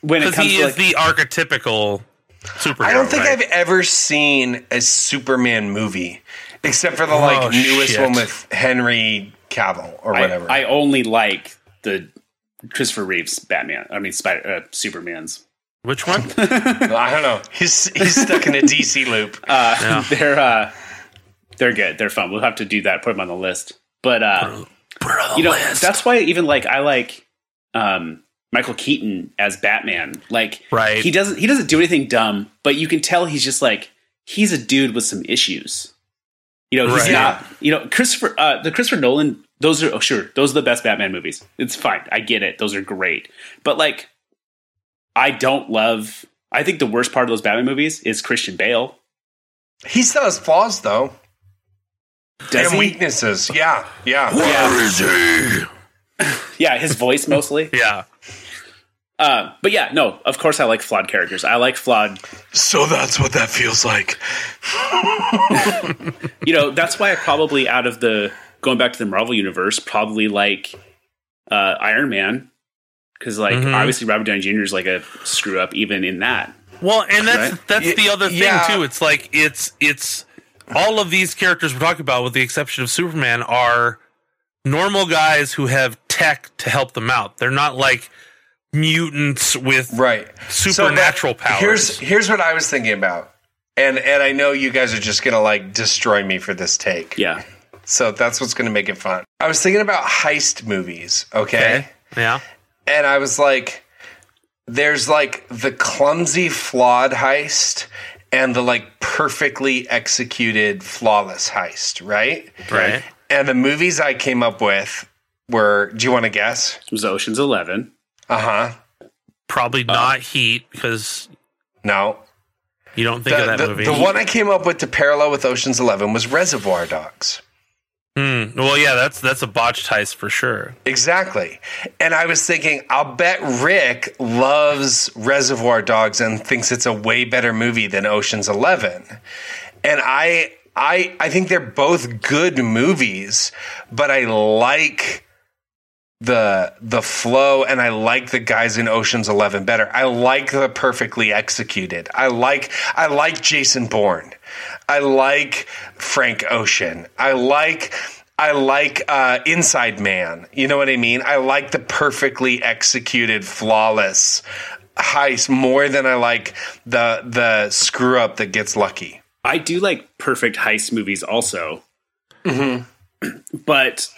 C: When it
A: Because
C: comes
A: he
C: to
A: is
C: like,
A: the archetypical superhero.
B: I don't think
A: right?
B: I've ever seen a Superman movie except for the like newest
A: Oh, shit.
B: one with Henry Cavill or whatever.
C: I, I only like the Christopher Reeves Batman. I mean, Spider uh, Superman's.
A: Which one?
B: I don't know. He's he's stuck in a DC loop.
C: Uh, They're uh, they're good. They're fun. We'll have to do that. Put them on the list. But uh, you know, that's why even like I like um, Michael Keaton as Batman. Like
A: Right.
C: he doesn't he doesn't do anything dumb, but you can tell he's just like he's a dude with some issues. You know, he's
A: Right.
C: not. You know, Christopher uh, the Christopher Nolan. Those are oh sure, those are the best Batman movies. It's fine. I get it. Those are great. But like, I don't love. I think the worst part of those Batman movies is Christian Bale.
B: He still has flaws though
C: Does
B: and
C: he?
B: weaknesses. Yeah, yeah.
C: Yeah.
A: Where is he?
C: yeah, his voice mostly.
A: Yeah.
C: Uh, but yeah, no, of course I like flawed characters. I like flawed.
B: So that's what that feels like.
C: You know, that's why I probably out of the going back to the Marvel universe, probably like uh, Iron Man, because like
A: Mhm.
C: obviously Robert Downey Jr. is like a screw up even in that.
A: Well, and that's
C: Right?
A: that's
B: Y-
A: the other thing
B: yeah.
A: too. It's like it's it's all of these characters we're talking about, with the exception of Superman, are normal guys who have tech to help them out. They're not like mutants with
B: Right. So, but
A: supernatural powers.
B: Here's here's what I was thinking about. And and I know you guys are just gonna like destroy me for this take.
C: Yeah,
B: So that's what's gonna make it fun. I was thinking about heist movies, okay?
A: yeah.
B: And I was like, there's like the clumsy, flawed heist and the like perfectly executed, flawless heist, right?
A: Right.
B: And the movies I came up with were do you wanna guess?
C: it was Ocean's Eleven.
B: Uh-huh.
A: Probably
B: Uh,
A: not Heat because
B: No.
A: you don't think of
B: The,
A: that
B: the,
A: movie.
B: the one I came up with to parallel with Ocean's Eleven was Reservoir Dogs.
A: Hmm. Well, yeah, that's that's a botched heist for sure.
B: Exactly. And I was thinking, I'll bet Rick loves Reservoir Dogs and thinks it's a way better movie than Ocean's 11. And I I I think they're both good movies, but I like the the flow and I like the guys in Ocean's 11 better. I like the perfectly executed. I like I like Jason Bourne. I like Frank Ocean. I like I like uh, Inside Man. You know what I mean? I like the perfectly executed, flawless heist more than I like the the screw up that gets lucky.
C: I do like perfect heist movies also.
A: Mm-hmm.
C: But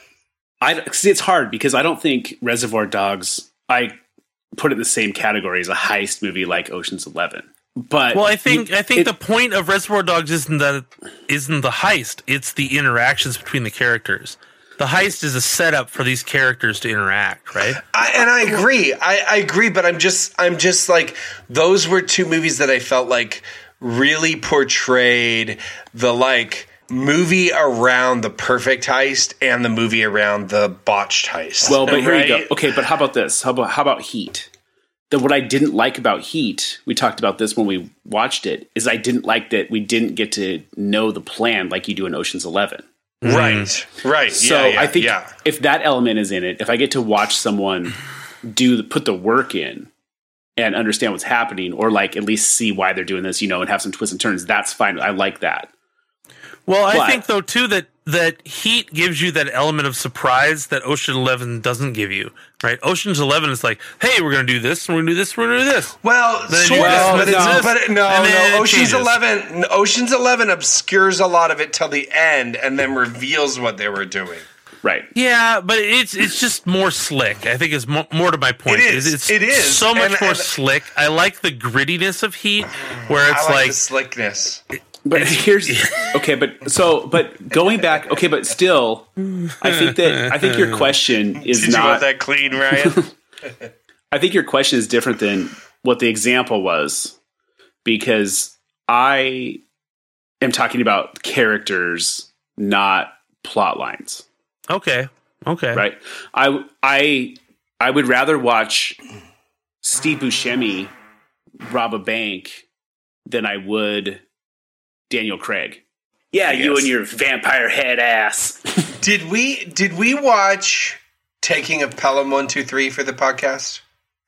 C: I see it's hard because I don't think Reservoir Dogs I put it in the same category as a heist movie like Ocean's 11. But
A: Well, I think I think
C: it-
A: the point of Reservoir Dogs isn't that isn't the heist; it's the interactions between the characters. The heist is a setup for these characters to interact, right?
B: I, and I agree. I, I agree, but I'm just I'm just like those were two movies that I felt like really portrayed the like movie around the perfect heist and the movie around the botched heist.
C: well, but here you go.
B: Right?
C: Okay, but how about this? How about how about Heat? That what I didn't like about Heat, we talked about this when we watched it, is I didn't like that we didn't get to know the plan like you do in Ocean's 11.
B: Right. Right.
C: Mm. So
B: yeah, yeah,
C: I think
B: yeah.
C: if that element is in it, if I get to watch someone do the, put the work in and understand what's happening, or like at least see why they're doing this, you know, and have some twists and turns, that's fine. I like that.
A: Well, I
C: But-
A: think though too that that Heat gives you that element of surprise that Ocean Eleven doesn't give you, right? Ocean's Eleven is like, hey, we're gonna do this, we're gonna do this, we're gonna do this.
B: Well,
A: Then
B: sort
A: you
B: of,
A: just-
B: but,
A: no.
B: it's, but it- no,
A: And then
B: no.
A: it
B: Ocean's
A: changes.
B: Eleven, Ocean's Eleven obscures a lot of it till the end, and then reveals what they were doing.
C: Right.
A: Yeah, but it's it's just more slick. I think is mo- more to my point.
B: It is.
A: It's
B: It is.
A: so much
B: And-
A: more
B: and-
A: slick. I like the grittiness of Heat, where
B: I
A: it's
B: like,
A: like,
B: the slickness.
C: But here's okay, but so but going back, okay, but still, I think that I think your question is
B: Did you
C: not
B: want that clean, Ryan?
C: I think your question is different than what the example was because I am talking about characters, not plot lines,
A: okay, okay,
C: right? I I I would rather watch Steve Buscemi rob a bank than I would Daniel Craig. Yeah, you
B: Yes.
C: and your vampire head ass.
B: did we did we watch Taking of Pelham One Two Three for the podcast?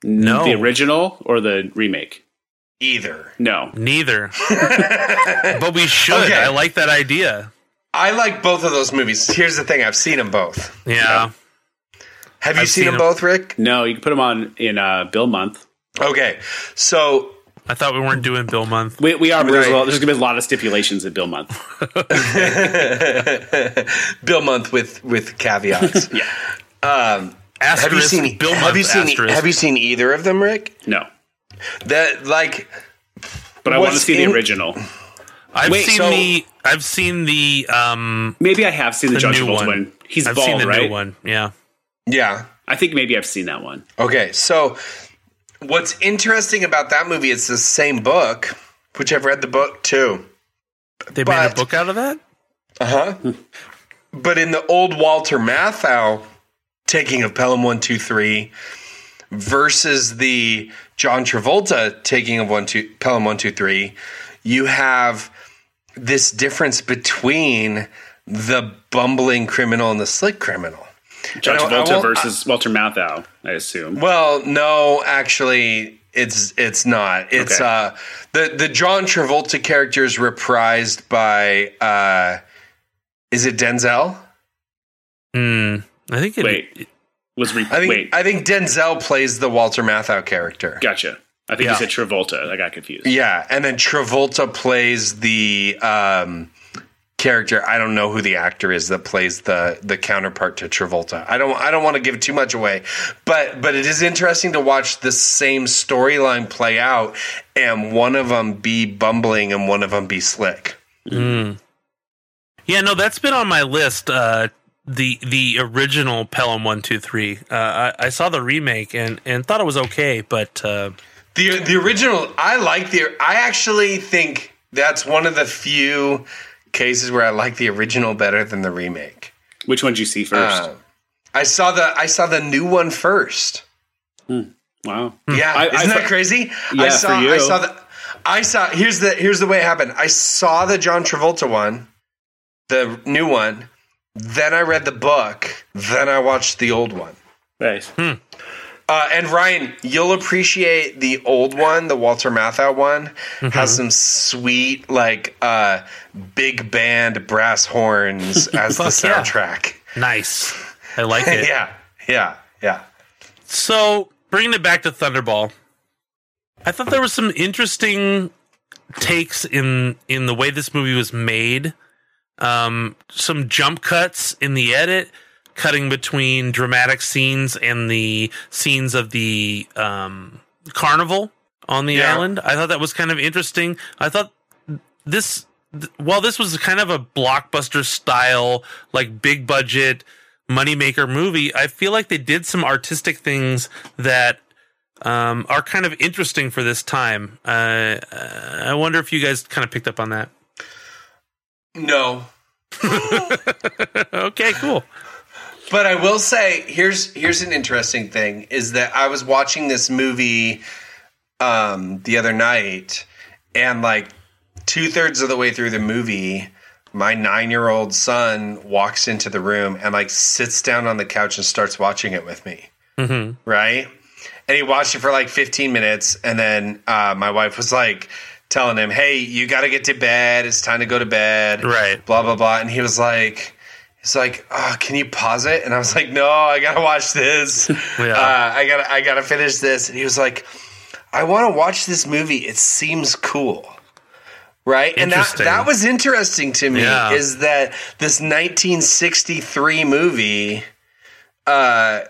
A: No.
C: The original or the remake?
B: Either.
C: No.
A: Neither. but we should.
B: Okay.
A: I like that idea.
B: I like both of those movies. Here's the thing: I've seen them both.
A: Yeah.
B: Have you
A: I've
B: seen,
A: seen
B: them
A: 'em.
B: both, Rick?
C: No, you can put them on in uh, Bill Month.
B: Okay, so
A: I thought we weren't doing Bill Month.
C: We, we are, but there's, a
B: Right.
C: lot, there's gonna be a lot of stipulations at Bill Month.
B: Bill Month with with caveats. yeah. Um,
A: Asterisk,
B: have you seen
A: Bill Month
B: Have you seen e,
A: asterisk.
B: Have you seen either of them, Rick?
C: No,
B: That like
C: but I want to
B: What's
C: see
B: in-
C: the original.
A: I've
C: Wait,
A: seen
C: so-
A: the I've seen the um
C: Maybe I have seen the,
A: The
C: John
A: new
C: Travolta one.
A: one.
C: He's
A: I've
C: bald,
A: seen the
C: right?
A: new one. Yeah.
B: yeah.
C: I think maybe I've seen that one.
B: Okay, so what's interesting about that movie? It's the same book, which I've read the book too.
A: They made
B: But-
A: a book out of that?
B: Uh-huh. Uh huh. but in the old Walter Matthau taking of Pelham 123 versus the John Travolta taking of one, two, Pelham 123, you have this difference between the bumbling criminal and the slick criminal.
C: John
B: I don't- I
C: Travolta
B: won't-
C: versus Walter Matthau, I assume.
B: Well, no, actually, it's it's not. It's
C: Okay.
B: uh the the John Travolta character is reprised by uh is it Denzel?
A: Hmm. I think it,
C: Wait, was re-
B: I think
C: wait?
B: I think Denzel plays the Walter Matthau character.
C: gotcha. I think
A: Yeah.
C: you said Travolta. I got confused.
B: Yeah, and then Travolta plays the um character. I don't know who the actor is that plays the the counterpart to Travolta. I don't I don't want to give too much away, but but it is interesting to watch the same storyline play out and one of them be bumbling and one of them be slick.
A: Yeah, no, that's been on my list. Uh, the the original Pelham one two three. Uh, I, I saw the remake and and thought it was okay, but uh,
B: The the original I like the I actually think that's one of the few cases where I like the original better than the remake.
C: Which one did you see first?
B: Um, I saw the I saw the new one first.
C: wow.
B: Yeah,
C: I-
B: isn't
C: I
B: that
C: thought-
B: crazy? I
C: Yeah,
B: saw
C: for you.
B: I saw the I saw here's the here's the way it happened. I saw the John Travolta one, the new one, then I read the book, then I watched the old one.
C: Nice.
B: Hmm. Uh, and Ryan, you'll appreciate the old one, the Walter Matthau one,
C: Mm-hmm.
B: has some sweet like uh, big band brass horns as the
A: Fuck yeah.
B: soundtrack.
A: nice. I like it.
B: Yeah, yeah, yeah.
A: So bringing it back to Thunderball, I thought there were some interesting takes in in the way this movie was made. Um, some jump cuts in the edit, cutting between dramatic scenes and the scenes of the um, carnival on the
B: Yeah.
A: island. I thought that was kind of interesting. I thought this th- while this was kind of a blockbuster style like big budget moneymaker movie i feel like they did some artistic things that um, are kind of interesting for this time uh, i wonder if you guys kind of picked up on that
B: No,
A: okay cool
B: But I will say, here's here's an interesting thing: is that I was watching this movie um, the other night, and like two thirds of the way through the movie, my nine year old son walks into the room and like sits down on the couch and starts watching it with me. Right? And he watched it for like 15 minutes, and then uh, my wife was like telling him, "Hey, you got to get to bed. It's time to go to bed."
A: Right.
B: Blah blah blah, and he was like. It's like, oh, can you pause it? And I was like, no, I gotta watch this.
A: Yeah.
B: uh, I gotta, I gotta finish this. And he was like, I want to watch this movie. It seems cool, right? And that
A: Interesting.
B: that was interesting to me.
A: Yeah.
B: Is that this 1963 movie? Uh,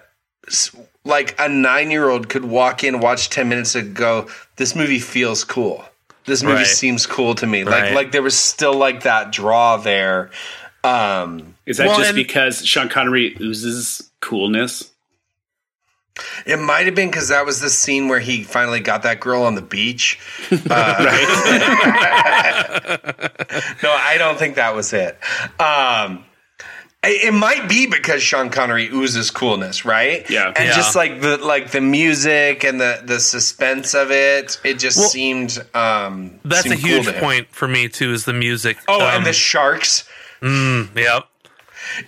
B: s- like a nine year old could walk in, watch 10 minutes and go, this movie feels cool. This movie
A: Right.
B: seems cool to me. Like,
A: Right.
B: like there was still like that draw there. Um,
C: Is that
A: Well,
C: just
A: and-
C: because Sean Connery oozes coolness?
B: It might have been because that was the scene where he finally got that girl on the beach. Uh, no, I don't think that was it. Um, I- it might be because Sean Connery oozes coolness, right?
C: Yeah.
B: and
A: Yeah.
B: just like the like the music and the the suspense of it, it just
A: Well,
B: seemed um
A: that's a
B: seemed cool
A: huge
B: to him.
A: point for me too is the music
B: Oh,
A: Um,
B: and the sharks.
A: yep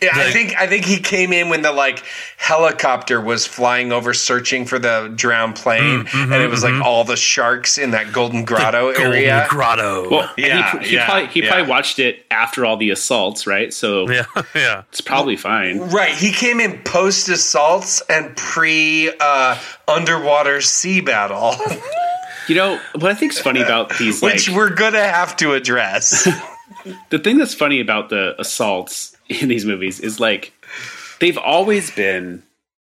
B: Yeah, I
A: Like-
B: think I think he came in when the like helicopter was flying over searching for the drowned plane,
A: Mm,
B: and it was like all the sharks in that golden grotto area.
A: mm-hmm, golden grotto
C: Well, and
B: Yeah,
C: he, he,
B: yeah,
C: probably, he
B: yeah.
C: probably watched it after all the assaults, right? So
A: yeah yeah
C: it's probably fine.
B: right, he came in post assaults and pre uh, underwater sea battle,
C: You know what I think's funny about these, like,
B: which we're gonna have to address.
C: the thing that's funny about the assaults in these movies is like they've always been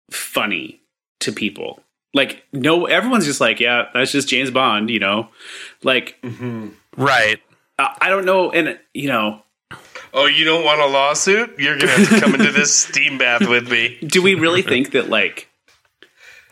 C: funny to people. Like no, everyone's just like, yeah, that's just James Bond, you know. Like
A: right
C: I I don't know, and you know,
B: oh, you don't want a lawsuit? You're gonna have to come into this steam bath with me.
C: do we really think that like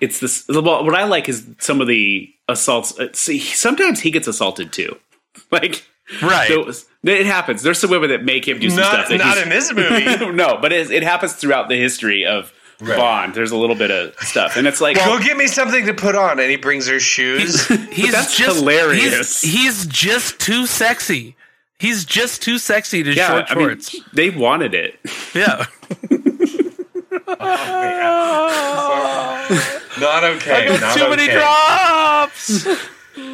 C: it's this? Well, what I like is some of the assaults. uh, See, sometimes he gets assaulted too. Like
A: right
C: those- it happens. There's some women that make him do some
B: Not,
C: stuff. That
B: not
C: he's-
B: in this movie.
C: no, but it, it happens throughout the history of Bond. There's a little bit of stuff, and it's like
B: Go get me something to put on, and he brings her shoes.
A: He's
C: that's
A: just
C: hilarious.
A: He's, he's just too sexy. He's just too sexy to
C: yeah,
A: short
C: I mean,
A: shorts.
C: they wanted it.
A: yeah.
B: not okay. not
A: Too many
B: okay.
A: drops.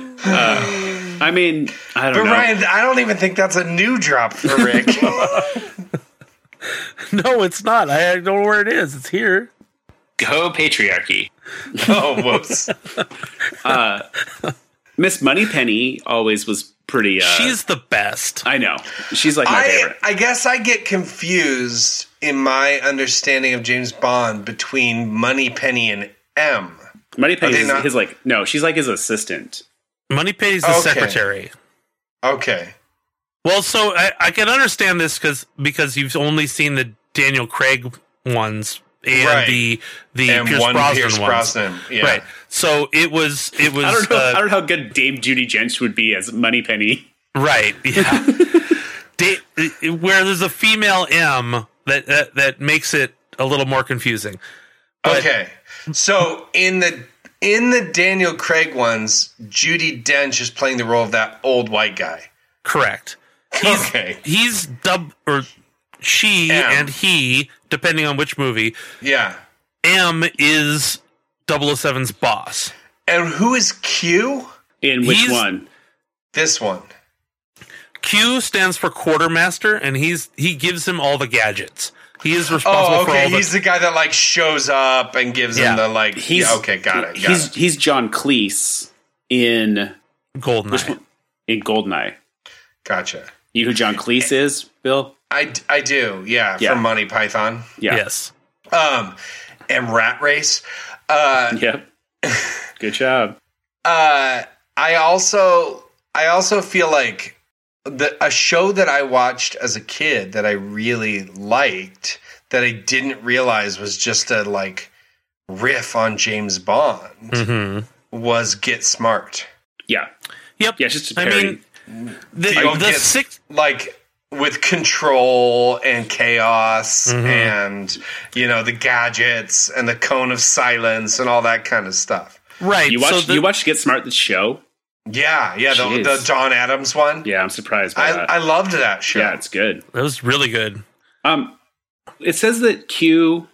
C: I mean, I don't
B: But
C: know.
B: Ryan, I don't even think that's a new drop for Rick.
A: No, it's not. I don't know where it is. It's here.
E: Go patriarchy.
B: oh, whoops.
C: Miss Moneypenny always was pretty. Uh,
A: She's the best.
C: I know. She's like my
B: I,
C: favorite.
B: I guess I get confused in my understanding of James Bond between Money Penny and M.
C: Moneypenny
B: Are they
C: is
B: not-
C: his like no. She's like his assistant.
A: Moneypenny's the
B: Okay.
A: secretary.
B: Okay.
A: Well, so I, I can understand this because because you've only seen the Daniel Craig ones and
B: Right.
A: the the
B: And
A: Pierce
B: one
A: Brosnan
B: Pierce
A: ones.
B: Brosnan. Yeah.
A: Right. So it was it was
C: I don't know.
A: uh,
C: I don't know how good Dame Judy Dench would be as Moneypenny.
A: Right. Yeah. Da- where there's a female M that, that that makes it a little more confusing. But-
B: Okay. So in the in the Daniel Craig ones, Judy Dench is playing the role of that old white guy.
A: Correct. He's,
B: Okay.
A: He's dub or she
B: M.
A: and he, depending on which movie.
B: Yeah.
A: M is 007's boss.
B: And who is Q?
C: In which
A: He's-
C: one?
B: This one.
A: Q stands for quartermaster, and he's he gives him all the gadgets. He is responsible
B: Oh,
A: for
B: okay.
A: all the
B: He's the guy that like shows up and gives him
A: Yeah.
B: the like.
C: He's
B: yeah, okay. Got it. Got
C: he's
B: it.
C: he's John Cleese in
A: Goldeneye.
C: in Goldeneye.
B: Gotcha.
C: You know who John Cleese is, Bill?
B: I, d- I do. Yeah,
C: Yeah.
B: From Monty Python.
C: Yeah.
A: Yes.
B: Um, and Rat Race. Uh,
C: Yep. Good job.
B: uh, I also I also feel like the a show that I watched as a kid that I really liked that I didn't realize was just a like riff on James Bond
A: hmm
C: Mm-hmm.
B: was Get Smart.
C: Yeah.
A: Yep.
C: Yeah, it's just a
A: I
C: parody.
A: mean, the,
B: You'll
A: the
B: get-
A: six.
B: like with control and chaos
C: Mm-hmm.
B: and you know the gadgets and the cone of silence and all that kind of stuff.
A: Right.
C: You watched
A: so the-
C: you watched Get Smart the show?
B: Yeah, yeah, the,
C: Jeez.
B: the John Adams one.
C: Yeah, I'm surprised by
B: I,
C: that.
B: I loved that show.
C: yeah, it's good.
A: That was really good.
C: Um, it says that Q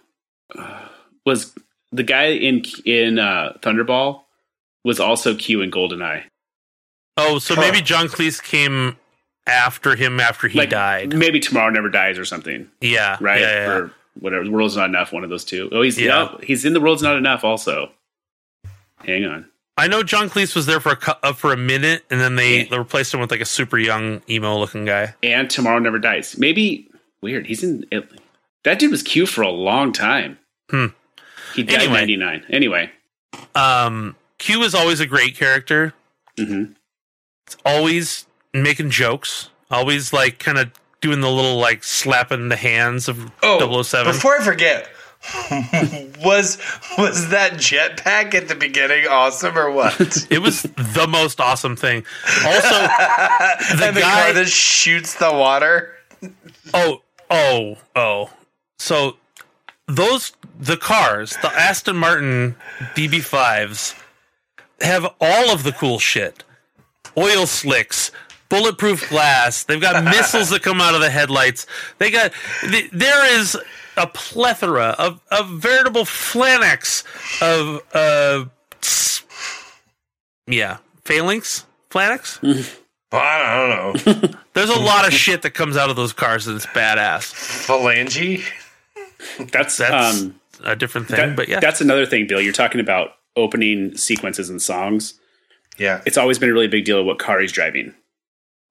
C: uh, was the guy in in uh, Thunderball was also Q in Goldeneye.
A: Oh, so
B: Huh.
A: maybe John Cleese came after him after he died.
C: Maybe Tomorrow Never Dies or something,
A: Yeah.
C: right?
A: Yeah. yeah, yeah.
C: Or whatever. The World's Not Enough. One of those two. Oh, he's
A: Yeah.
C: no, he's in The World's Not Enough also. Hang on.
A: I know John Cleese was there for a cou- uh, for a minute, and then they,
C: Yeah.
A: they replaced him with like a super young emo looking guy.
C: And Tomorrow Never Dies. Maybe weird. He's in it. That dude was Q for a long time.
A: Hmm.
C: He died in
A: Anyway.
C: 99. Anyway.
A: Um, Q is always a great character.
C: hmm
A: It's always making jokes. Always like kind of doing the little like slapping the hands of
B: Oh,
A: 007.
B: before I forget, was was that jetpack at the beginning awesome or what?
A: it was the most awesome thing. Also, the
B: and the
A: guy
B: car that shoots the water.
A: Oh, oh, oh. So those the cars, the Aston Martin DB5s have all of the cool shit. Oil slicks, bulletproof glass. They've got missiles that come out of the headlights. They got th- there is a plethora of of veritable phalanx of uh s- yeah, phalanx, phalanx.
B: Well, I don't know.
A: There's a lot of shit that comes out of those cars and it's badass.
B: Phalange?
C: That's,
A: That's
C: um,
A: a different thing,
C: That-
A: but yeah,
C: that's another thing, Bill. You're talking about opening sequences and songs.
B: Yeah.
C: It's always been a really big deal of what car he's driving.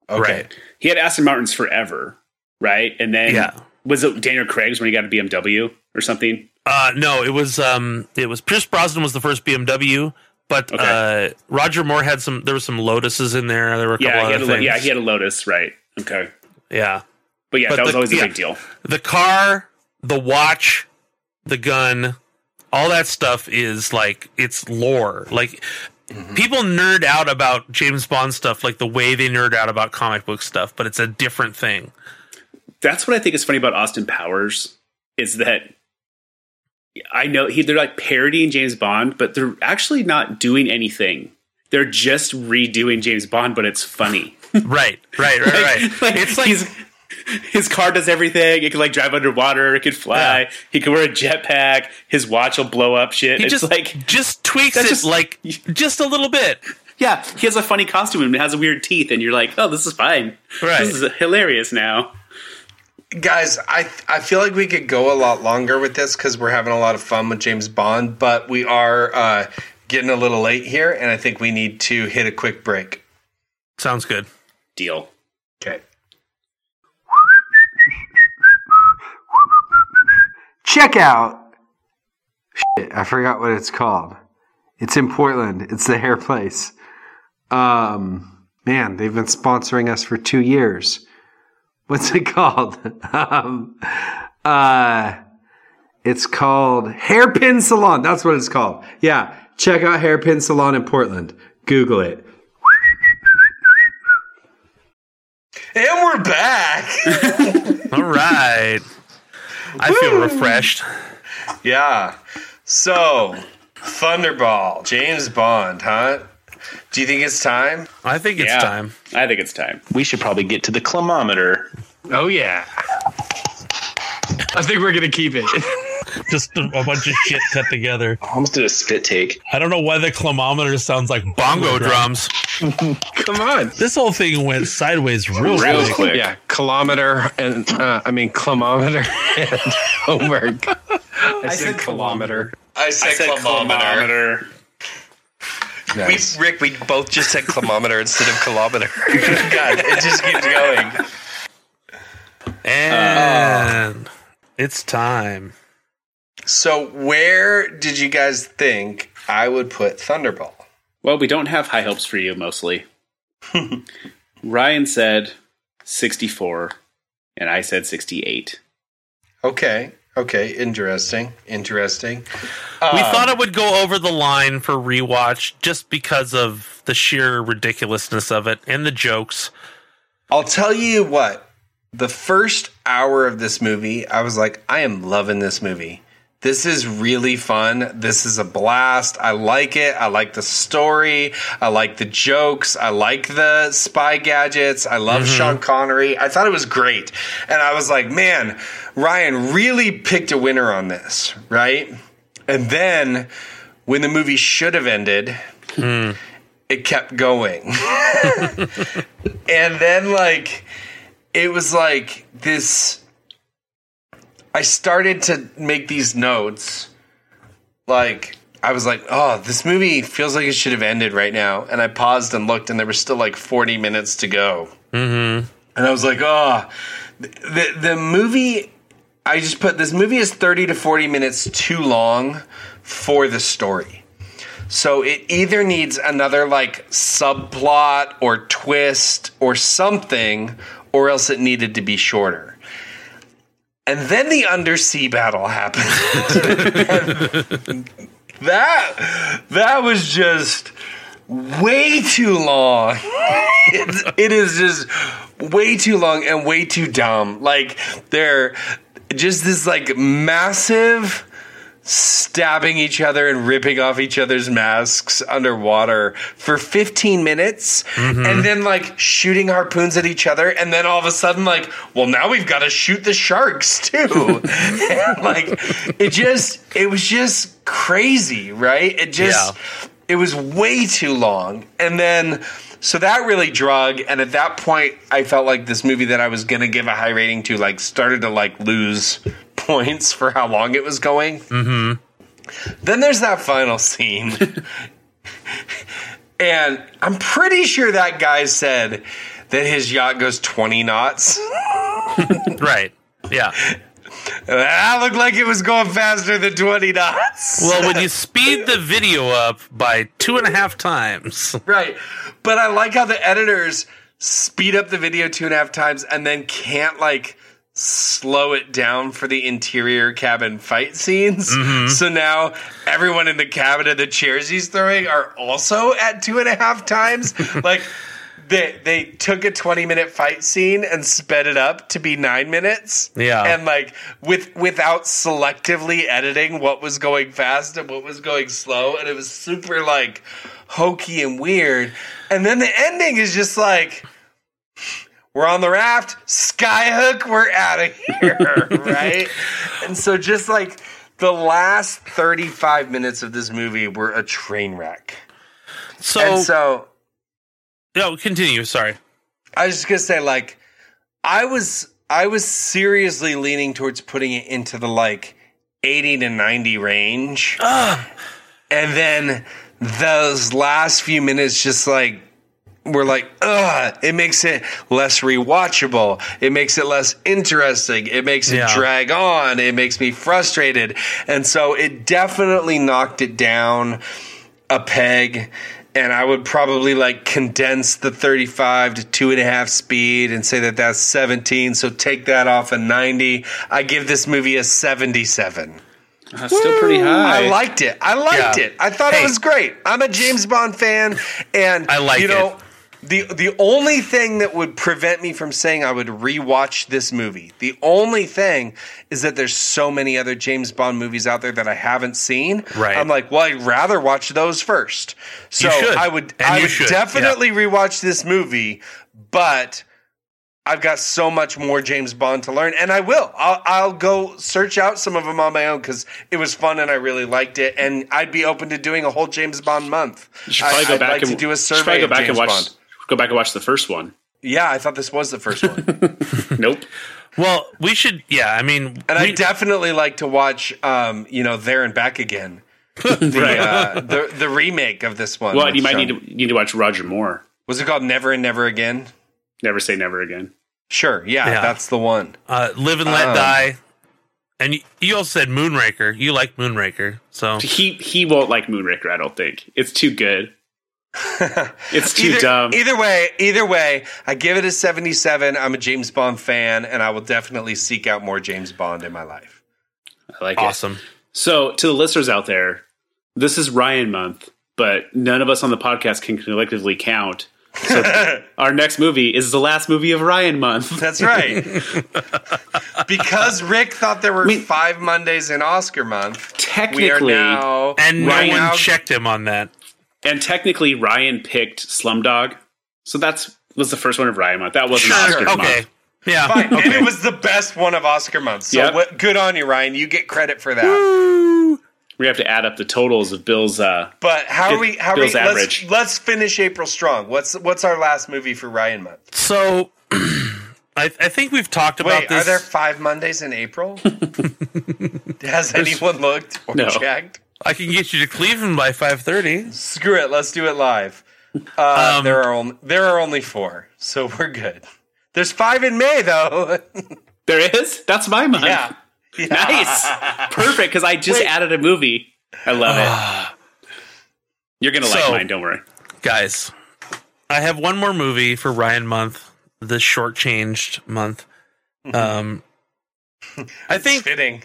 B: Okay.
A: right.
C: He had Aston Martins forever, right? And then
A: Yeah.
C: was it Daniel Craig's when he got a BMW or something?
A: Uh, no, it was um, it was Pierce Brosnan was the first BMW, but
C: Okay.
A: uh, Roger Moore had some. There were some Lotuses in there. There were a couple
C: Yeah, he had
A: other
C: a, Lo-
A: things.
C: yeah, he had a Lotus, right? Okay,
A: yeah.
C: but yeah,
A: But
C: that was
A: the-
C: always
A: yeah.
C: a big deal.
A: The car, the watch, the gun, all that stuff is like it's lore. Like
C: Mm-hmm.
A: people nerd out about James Bond stuff, like the way they nerd out about comic book stuff, but it's a different thing.
C: That's what I think is funny about Austin Powers is that I know he, they're like parodying James Bond, but they're actually not doing anything. They're just redoing James Bond, but it's funny.
A: Right, right, right, right. it's like
C: he's- his car does everything. It can like drive underwater. It could fly.
A: Yeah.
C: He could wear a jetpack. His watch will blow up shit.
A: he
C: it's
A: just
C: like
A: like just tweaks it
C: that's just-
A: like just a little bit.
C: yeah, he has a funny costume and has weird teeth, and you're like, oh, this is fine.
A: Right.
C: This is hilarious now.
F: guys i i feel like we could go a lot longer with this because we're having a lot of fun with james bond but we are uh getting a little late here and i think we need to hit a quick break
A: Sounds good.
C: Deal.
F: okay
B: check out. Shit, I forgot what it's called. It's in Portland. It's the hair place. Um, man, they've been sponsoring us for two years. What's it called? um, uh, it's called Hairpin Salon. That's what it's called. Yeah, check out Hairpin Salon in Portland. Google it.
F: and we're back
A: All right. I feel refreshed.
F: yeah so thunderball james bond huh do you think it's time
A: I think it's
C: Yeah.
A: time.
C: I think it's time.
E: We should probably get to the climometer.
G: Oh yeah. I think we're gonna keep it.
A: Just a, a bunch of shit cut together.
E: Almost did a spit take.
H: I don't know why the climometer sounds like
A: Bongo drums.
G: Come on.
H: This whole thing went sideways real
C: Real
H: quick.
C: quick.
G: Yeah, kilometer and uh, I mean climometer and homework. I, said kilometer.
F: i said,
E: Climometer.
G: Nice.
F: We, Rick, we both just said kilometer instead of kilometer. God, it just keeps going.
E: Uh.
A: And it's time.
F: So, where did you guys think I would put Thunderball?
C: Well, we don't have high hopes for you mostly. Ryan said 64, and I said 68.
F: Okay, okay, interesting, interesting.
A: we
E: Uh.
A: thought it would go over the line for rewatch just because of the sheer ridiculousness of it and the jokes.
F: I'll tell you what. The first hour of this movie, I was like, I am loving this movie. This is really fun. This is a blast. I like it. I like the story. I like the jokes. I like the spy gadgets. I love Sean Connery. I thought it was great. And I was like, man, Ryan really picked a winner on this, right? And then when the movie should have ended, it kept going. and then like it was like this i started to make these notes like i was like oh this movie feels like it should have ended right now and i paused and looked and there was still like 40 minutes to go mm-hmm. and i was like oh the, the movie i just put this movie is 30 to 40 minutes too long for the story so it either needs another like subplot or twist or something, or else it needed to be shorter. And then the undersea battle happened. that that was just way too long. It's it is just way too long and way too dumb. Like they're just this like massive stabbing each other and ripping off each other's masks underwater for 15 minutes and then like shooting harpoons at each other and then all of a sudden like well now we've got to shoot the sharks too and, like it just it was just crazy right it just it was way too long and then so that really drug and at that point i felt like this movie that i was going to give a high rating to like started to like lose points for how long it was going then there's that final scene. and I'm pretty sure that guy said that his yacht goes 20 knots.
A: Right. Yeah.
F: That looked like it was going faster than 20 knots.
A: Well, when you speed the video up by two and a half times,
F: Right. But I like how the editors speed up the video two and a half times and then can't like slow it down for the interior cabin fight scenes. So now everyone in the cabin and the chairs he's throwing are also at two and a half times. like they they took a 20 minute fight scene and sped it up to be 9 minutes.
A: Yeah.
F: And like with without selectively editing what was going fast and what was going slow and it was super like hokey and weird. And then the ending is just like we're on the raft, skyhook, we're out of here, right? And so just like the last 35 minutes of this movie were a train wreck.
A: So,
F: And so
A: no, continue. Sorry.
F: I was just gonna say, like, I was I was seriously leaning towards putting it into the like eighty to ninety range, and then those last few minutes just like were like, ugh, it makes it less rewatchable. It makes it less interesting. It makes it
A: Yeah.
F: drag on. It makes me frustrated, and so it definitely knocked it down a peg and i would probably like condense the 35 to two and a half speed and say that that's 17 so take that off a 90 i give this movie a 77
C: That's still pretty high.
F: i liked it i liked
A: Yeah.
F: it i thought
A: Hey.
F: it was great i'm a james bond fan and
A: I like
F: you know
A: it.
F: the the only thing that would prevent me from saying i would rewatch this movie the only thing is that there's so many other james bond movies out there that i haven't seen
A: Right.
F: i'm like well i'd rather watch those first so
A: You should.
F: I would
A: And
F: I
A: you
F: would
A: should,
F: definitely rewatch this movie, but I've got so much more James Bond to learn, and I will. I'll, I'll go search out some of them on my own because it was fun and I really liked it, and I'd be open to doing a whole James Bond month.
C: You should probably
F: I,
C: go
F: I'd
C: back
F: like
C: and
F: to do
C: you
F: a
C: should probably
F: survey
C: Go
F: of
C: back
F: James
C: and watch.
F: Bond.
C: Go back and watch the first one.
F: Yeah, I thought this was the first one, and
C: Nope.
A: Well, we should. Yeah, I mean,
F: I
A: we-
F: definitely like to watch, um, you know, There and Back Again, the,
C: Right.
F: uh, the the remake of this one.
C: well,
F: with
C: you might need
F: Sean-
C: to you need to watch Roger Moore.
F: Was it called Never and Never Again?
C: Never say never again.
F: Sure,
A: Yeah.
F: yeah. that's the one.
A: uh, live and let
F: Um,
A: die. And you, you also said Moonraker. You like Moonraker, so
C: He he won't like Moonraker. I don't think it's too good. It's too
F: either,
C: dumb.
F: Either way, either way, I give it a 77. I'm a James Bond fan, and I will definitely seek out more James Bond in my life.
C: I like it.
A: awesome.
C: So, to the listeners out there, this is Ryan month, but none of us on the podcast can collectively count. So, our next movie is the last movie of Ryan month.
F: That's right. because Rick thought there were five Mondays in Oscar month, we are
C: Technically,
F: now.
A: And
F: right
A: no
F: now-
A: one checked him on that.
C: and technically, Ryan picked Slumdog. So that's was the first one of Ryan month. That wasn't Oscar
A: okay,
C: month.
A: yeah.
F: Fine, And it was the best one of Oscar month. So
C: Yep.
F: what, good on you, Ryan. You get credit for that.
C: We have to add up the totals of Bill's. Uh,
F: But how are we? How are we?
C: Bill's
F: Let's,
C: average.
F: let's finish April strong. What's what's our last movie for Ryan month?
A: So, I, I think we've talked about
F: Wait,
A: this.
F: are there five Mondays in April? Has anyone looked or
C: No.
F: checked?
A: I can get you to Cleveland by five thirty. Um,
F: Screw it. Let's do it live. Uh, there are only there are only four, so we're good. There's five in May though.
C: there is. That's my month.
F: yeah.
C: Nice. Perfect. Because I just added a movie. I love it. You're going to like
A: So-
C: mine. Don't worry.
A: guys i have one more movie for ryan month the shortchanged month
F: Mm-hmm.
A: um i think
F: Fitting.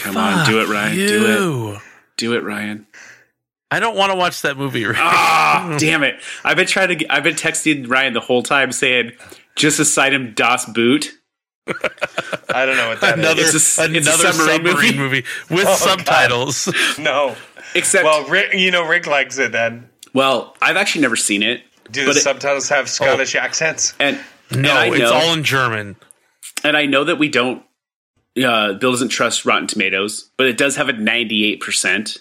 C: Come on. Do it, Ryan. Do it.
A: you.
C: Do it, Ryan.
A: i don't want to watch that movie right?
C: Ah, damn it! I've been trying to. Get, I've been texting Ryan the whole time saying, "Just assign him Das Boot."
F: I don't know what that is.
A: another
C: it's a-
A: another
C: it's a
A: submarine,
C: submarine
A: movie, Oh, with
F: God.
A: subtitles
F: No.
C: Except,
F: Well,
C: well,
F: Rick, you know Rick likes it then.
C: I've actually never seen it.
F: Do the
C: But it-
F: subtitles
A: Oh.
F: have Scottish accents?
C: And and
A: no
C: I
A: it's
C: know-
A: all in german
C: and I know that we don't. Uh, Bill doesn't trust Rotten Tomatoes, but it does have a ninety-eight percent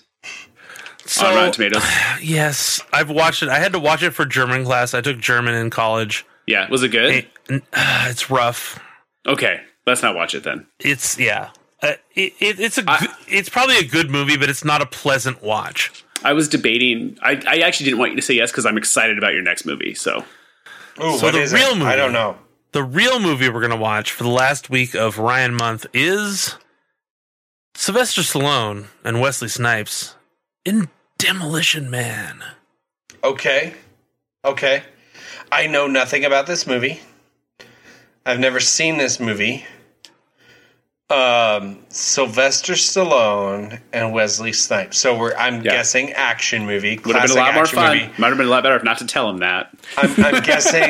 A: so
C: on Rotten Tomatoes.
A: yes i've watched it i had to watch it for german class i took german in college
C: Yeah, was it good?
A: It- uh, it's rough
C: Okay, let's not watch it then.
A: it's yeah uh, it, it, it's a
C: I-
A: good- it's probably a good movie but it's not a pleasant watch
C: I was debating. I, I actually didn't want you to say yes because I'm excited about your next movie. So
F: Ooh,
A: so
F: what
A: the
F: is
A: real
F: it?
A: movie.
F: I don't know.
A: the real movie we're going to watch for the last week of Ryan month is Sylvester Stallone and Wesley Snipes in Demolition Man.
F: Okay. Okay. I know nothing about this movie. I've never seen this movie. um, Sylvester Stallone and Wesley Snipes. So we're I'm
C: Yeah.
F: guessing action movie.
C: Would have been
F: classic
C: a lot more
F: action
C: fun.
F: movie.
C: Might have been a lot better if not to tell him that.
F: I'm, I'm guessing.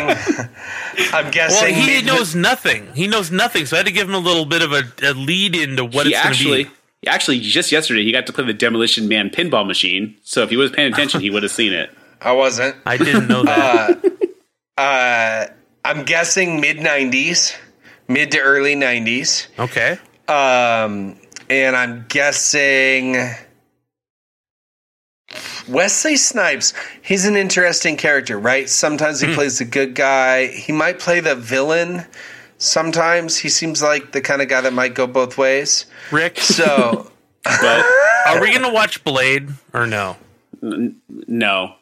F: I'm
A: Well,
F: guessing.
A: he
F: maybe-
A: knows nothing. He knows nothing, so I had to give him a little bit of a, a lead into what
C: he
A: it's going
C: actually,
A: to be.
C: actually, just yesterday he got to play the Demolition Man pinball machine. So if he was paying attention, he would have seen it.
F: I wasn't.
A: I didn't know that.
F: Uh, I'm guessing mid '90s, mid to early '90s.
A: okay.
F: Um, and I'm guessing Wesley Snipes. He's an interesting character, right? Sometimes
A: Hmm.
F: he plays the good guy. He might play the villain. Sometimes he seems like the kind of guy that might go both ways.
A: Rick,
F: So
C: But
A: are we going to watch Blade or no?
C: no.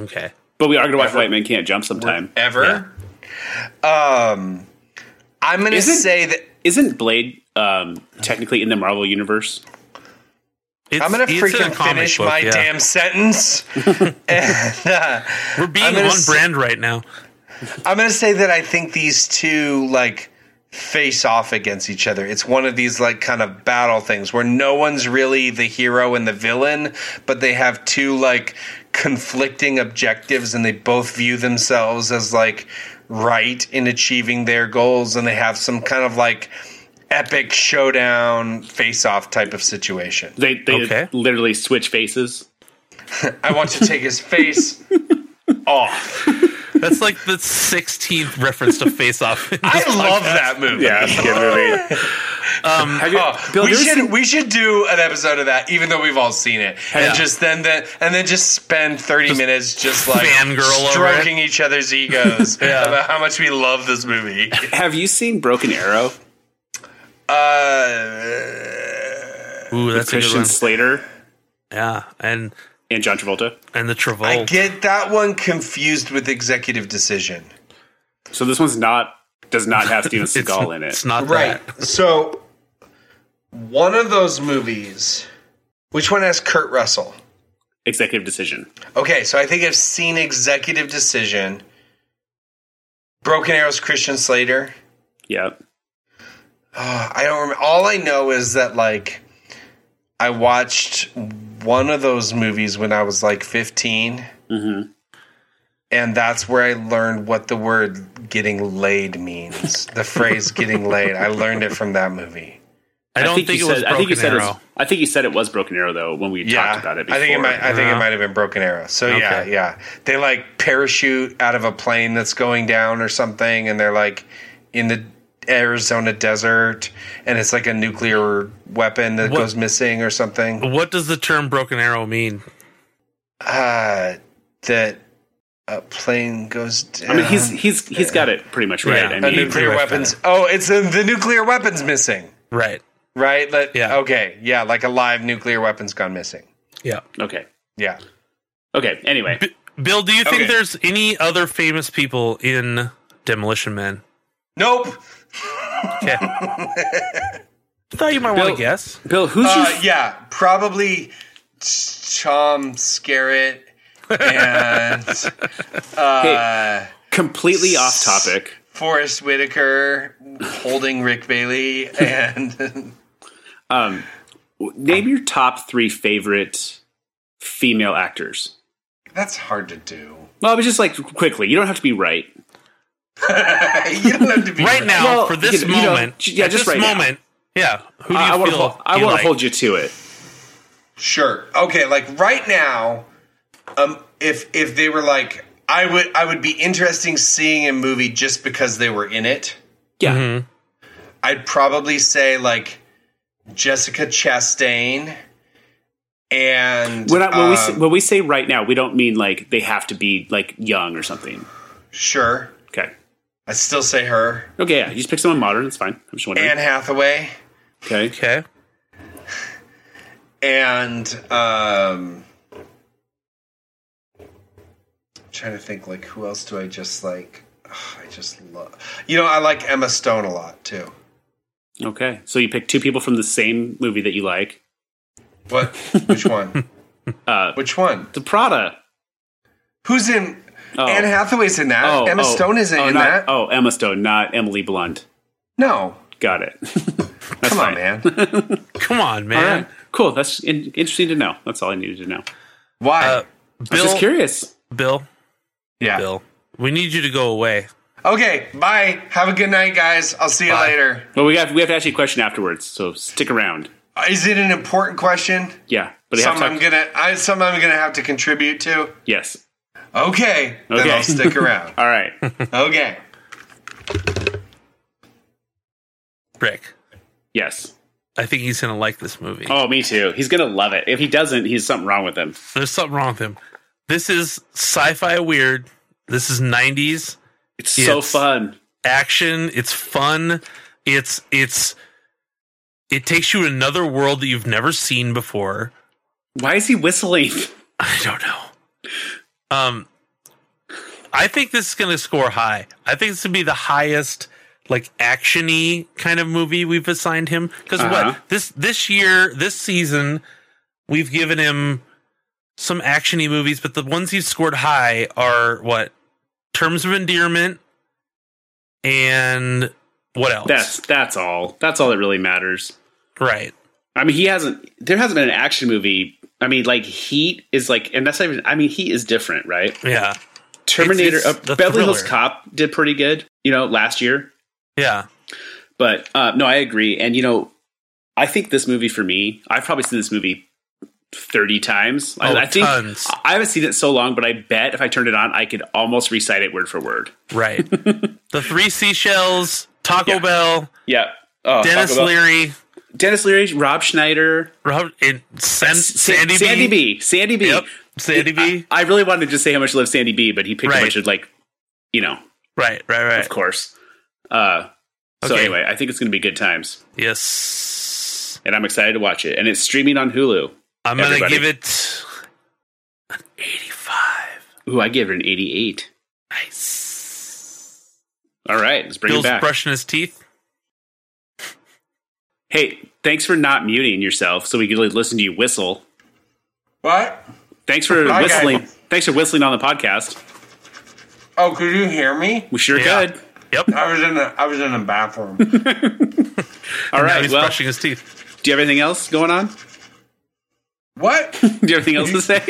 A: Okay.
C: But we are going to watch White Man Can't Jump sometime.
F: ever, um, I'm gonna
C: Isn't-
F: say that
C: Isn't Blade um, technically in the Marvel universe?
A: It's,
F: I'm gonna
A: it's in a
F: freaking
A: comic
F: finish
A: book,
F: my
A: yeah.
F: damn sentence. and, uh,
A: We're being
F: I'm
A: on
F: gonna s-
A: brand right now.
F: I'm gonna say that I think these two like face off against each other. It's one of these like kind of battle things where no one's really the hero and the villain, but they have two like conflicting objectives and they both view themselves as like right in achieving their goals and they have some kind of like epic showdown face off type of situation.
C: They they
A: Okay.
C: literally switch faces.
F: I want to take his face off.
A: That's like the 16th reference to Face Off.
F: I love that movie. Oh,
C: Bill,
F: we
C: you ever
F: should
C: seen-
F: we should do an episode of that, even though we've all seen it, and just then then and then just spend thirty minutes just like
A: fangirl over
F: stroking each other's egos about how much we love this movie.
C: Have you seen Broken Arrow?
F: Uh,
A: Ooh, that's a good
C: Christian
A: one.
C: Slater
A: Yeah, and
C: and John Travolta.
A: and the
F: I
A: Travolta.
F: get that one confused with Executive Decision.
C: So this one's not does not have Steven
A: It's,
C: Seagal in it.
A: it's not
F: Right.
A: that.
F: so one of those movies. Which one has Kurt Russell?
C: Executive decision.
F: Okay, so I think I've seen Executive Decision. Broken Arrows, Christian Slater.
C: Yeah.
F: Uh, I don't remember. All I know is that like I watched one of those movies when I was like 15,
C: Mm-hmm.
F: and that's where I learned what the word "getting laid" means. the phrase "getting laid." I learned it from that movie.
A: I don't think, it
C: you
A: was
C: said, I think you
A: Broken
C: said
A: Arrow.
C: It was, I think you said it was Broken Arrow though when we talked about it. Before.
F: I think it might. I think it
A: Yeah.
F: might have been Broken Arrow. So yeah,
A: Uh-huh. Okay.
F: yeah. They like parachute out of a plane that's going down or something, and they're like in the Arizona desert, and it's like a nuclear weapon that
A: What-
F: goes missing or something.
A: What does the term Broken Arrow mean?
F: uh, that a plane goes down.
C: I mean, he's he's he's got it pretty much right.
A: Yeah.
C: I
F: a
C: mean,
F: nuclear weapons. Oh, it's the the nuclear weapons missing,
A: Right.
F: right? Let,
A: Yeah.
F: Okay. Yeah, like a live nuclear weapons gone missing.
A: Yeah.
C: okay,
F: Yeah.
C: okay. Anyway,
A: B- Bill, do you think
F: Okay.
A: there's any other famous people in Demolition Man?
F: Nope.
A: Okay. I thought you might want
C: Bill-
A: to guess.
C: Bill, who's your
F: Uh,
C: f-
F: yeah, probably Tom Skerritt and uh,
C: completely off topic?
F: Forrest Whitaker holding Rick Bailey and
C: Um, w- name your top three favorite female actors.
F: that's hard to do.
C: Well, it was just like quickly. You don't have to be right.
F: you don't have to be
A: Right now,
C: Well,
A: for this
C: you know,
A: moment,
C: j- yeah,
A: at
C: just
A: this
C: right now.
A: moment, yeah. Who do you
C: I, want to
A: feel?
C: hold, I
A: you
C: want
A: like?
C: to hold you to it.
F: Sure. Okay, like right now, um if if they were like I would I would be interesting seeing a movie just because they were in it.
C: Yeah,
A: Mm-hmm.
F: I'd probably say like Jessica Chastain and
C: when, I, when we
F: um,
C: say, when we say right now, we don't mean like they have to be like young or something.
F: sure.
C: Okay,
F: I still say her.
C: okay, yeah. You just pick someone modern. It's fine. I'm just wondering.
F: Anne Hathaway
C: okay,
A: Okay.
F: and um I'm trying to think like who else do I just like Ugh, I just love you know, I like Emma Stone a lot too.
C: okay. So you pick two people from the same movie that you like.
F: What? Which one?
C: Uh,
F: Which one?
C: The Prada.
F: Who's in?
C: Oh.
F: Anne Hathaway's in that. Uh, Emma Stone isn't
C: oh,
F: in
C: not-
F: that.
C: Oh, Emma Stone, not Emily Blunt.
F: No.
C: Got it. That's
B: Come on,
C: fine.
B: man.
A: Come on,
C: All
A: man.
C: right. Cool. That's in- interesting to know. That's all I needed to know.
B: Why?
A: Uh,
C: I was
A: Bill,
C: just curious.
A: Bill,
B: yeah.
A: Bill, we need you to go away.
B: Okay. Bye. Have a good night, guys. I'll see you
A: Bye.
B: later.
C: Well, we have we have to ask you a question afterwards, so stick around.
B: Is it an important question?
C: Yeah, but we have
B: Something
C: to
B: I'm gonna.
C: talk-
B: I, something I'm gonna have to contribute to.
C: yes.
B: Okay. Then
C: Okay.
B: I'll stick around.
C: All right.
B: okay.
A: Rick,
C: yes.
A: I think he's going to like this movie.
C: Oh, me too. He's gonna love it. If he doesn't, he's something wrong with him.
A: There's something wrong with him. This is sci fi weird. This is 90s
C: It's so
A: It's-
C: fun.
A: action. It's fun. It's, it's, it takes you to another world that you've never seen before.
C: Why is he whistling?
A: I don't know. Um, I think this is going to score high. I think this would be the highest like actiony kind of movie we've assigned him because
C: Uh-huh.
A: what this this year this season we've given him some actiony movies, but the ones he's scored high are what Terms of Endearment and what else?
C: That's that's all. That's all that really matters.
A: right.
C: I mean, he hasn't. There hasn't been an action movie. I mean, like Heat is like, and that's not even. I mean, Heat is different, right?
A: Yeah,
C: Terminator,
A: it's
C: uh,
A: the
C: Beverly Hills
A: thriller.
C: Cop did pretty good, you know, last year.
A: yeah.
C: But uh, no, I agree, and you know, I think this movie for me, I've probably seen this movie thirty times.
A: Oh,
C: I, I think
A: tons.
C: I haven't seen it so long, but I bet if I turned it on, I could almost recite it word for word.
A: Right. the three seashells, Taco
C: Yeah.
A: Bell,
C: Yeah. Oh,
A: Dennis
C: talk about-
A: Leary,
C: Dennis Leary, Rob Schneider,
A: Rob, and San,
C: Sa-
A: Sandy,
C: Sandy
A: B.
C: B. Sandy B.
A: Yep, Sandy B.
C: I, I really wanted to just say how much I love Sandy B, but he picked
A: Right.
C: a bunch of like, you know,
A: Right, right, right.
C: of course. Uh, So
A: Okay.
C: anyway, I think it's going to be good times,
A: Yes.
C: and I'm excited to watch it. And it's streaming on Hulu.
A: I'm going to
C: Everybody.
A: give it an 85.
C: Ooh, I give it an 88.
A: Nice.
C: All right, let's bring
A: Bill's
C: it back.
A: brushing his teeth.
C: Hey, thanks for not muting yourself so we could listen to you whistle.
B: What?
C: Thanks for
B: Hi, guys.
C: whistling. Thanks for whistling on the podcast.
B: Oh, could you hear me?
C: We sure
A: Yeah.
C: could.
A: Yep.
B: I was in the. I was in the bathroom.
C: All
A: now
C: right.
A: he's
C: Well,
A: brushing his teeth.
C: do you have anything else going on?
B: what?
C: Do you have anything else to say?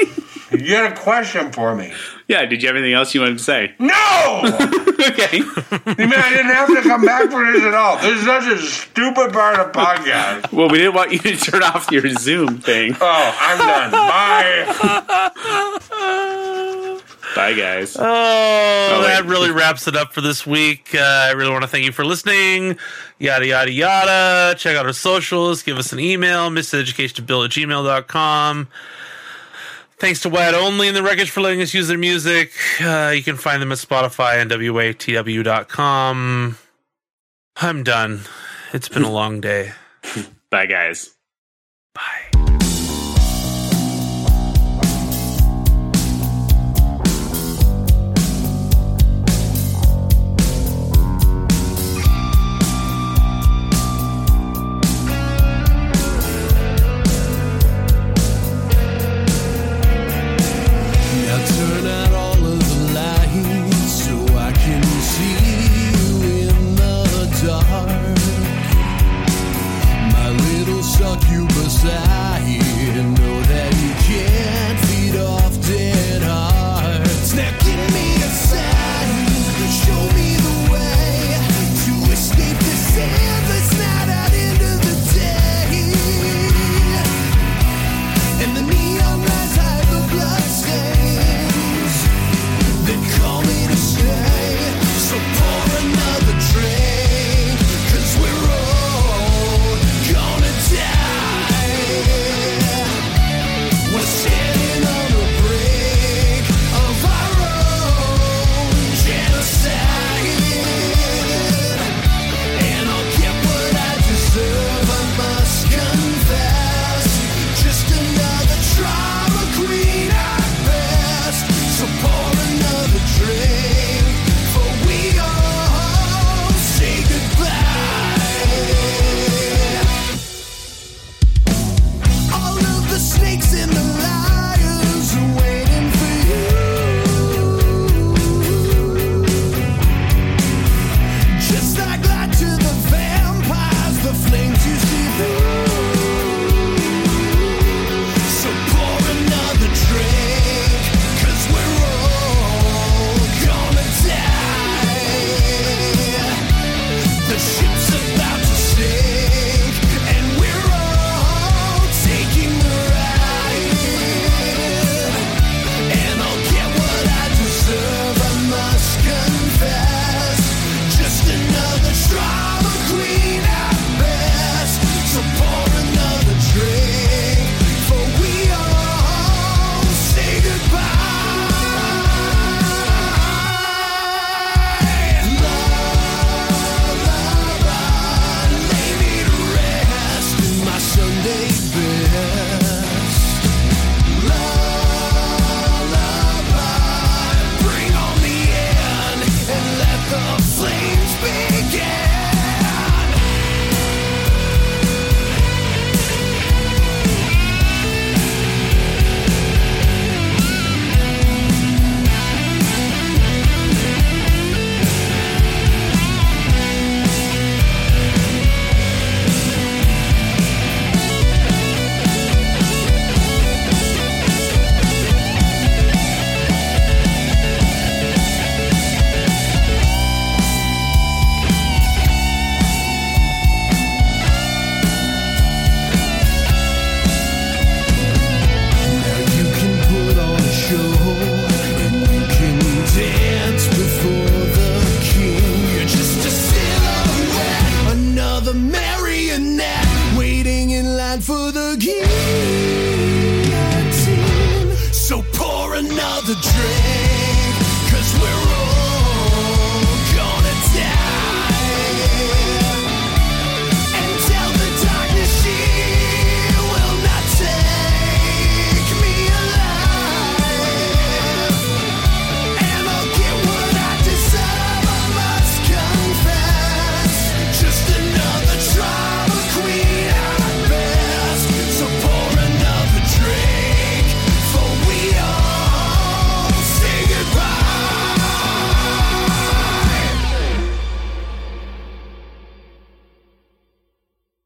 B: You had a question for me?
C: yeah. Did you have anything else you wanted to say?
B: No.
C: okay.
B: You mean I didn't have to come back for this at all? This is such a stupid part of podcast.
C: Well, we didn't want you to turn off your Zoom thing.
B: Oh, I'm done. Bye.
C: uh, Bye, guys.
A: Oh,
C: wait.
A: that really wraps it up for this week. Uh, I really want to thank you for listening. Yada, yada, yada. Check out our socials. Give us an email, miseducationbill at gmail.com. Thanks to Wyatt Only and The Wreckage for letting us use their music. Uh, you can find them at Spotify and WATW.com. I'm done. It's been a long day.
C: Bye, guys.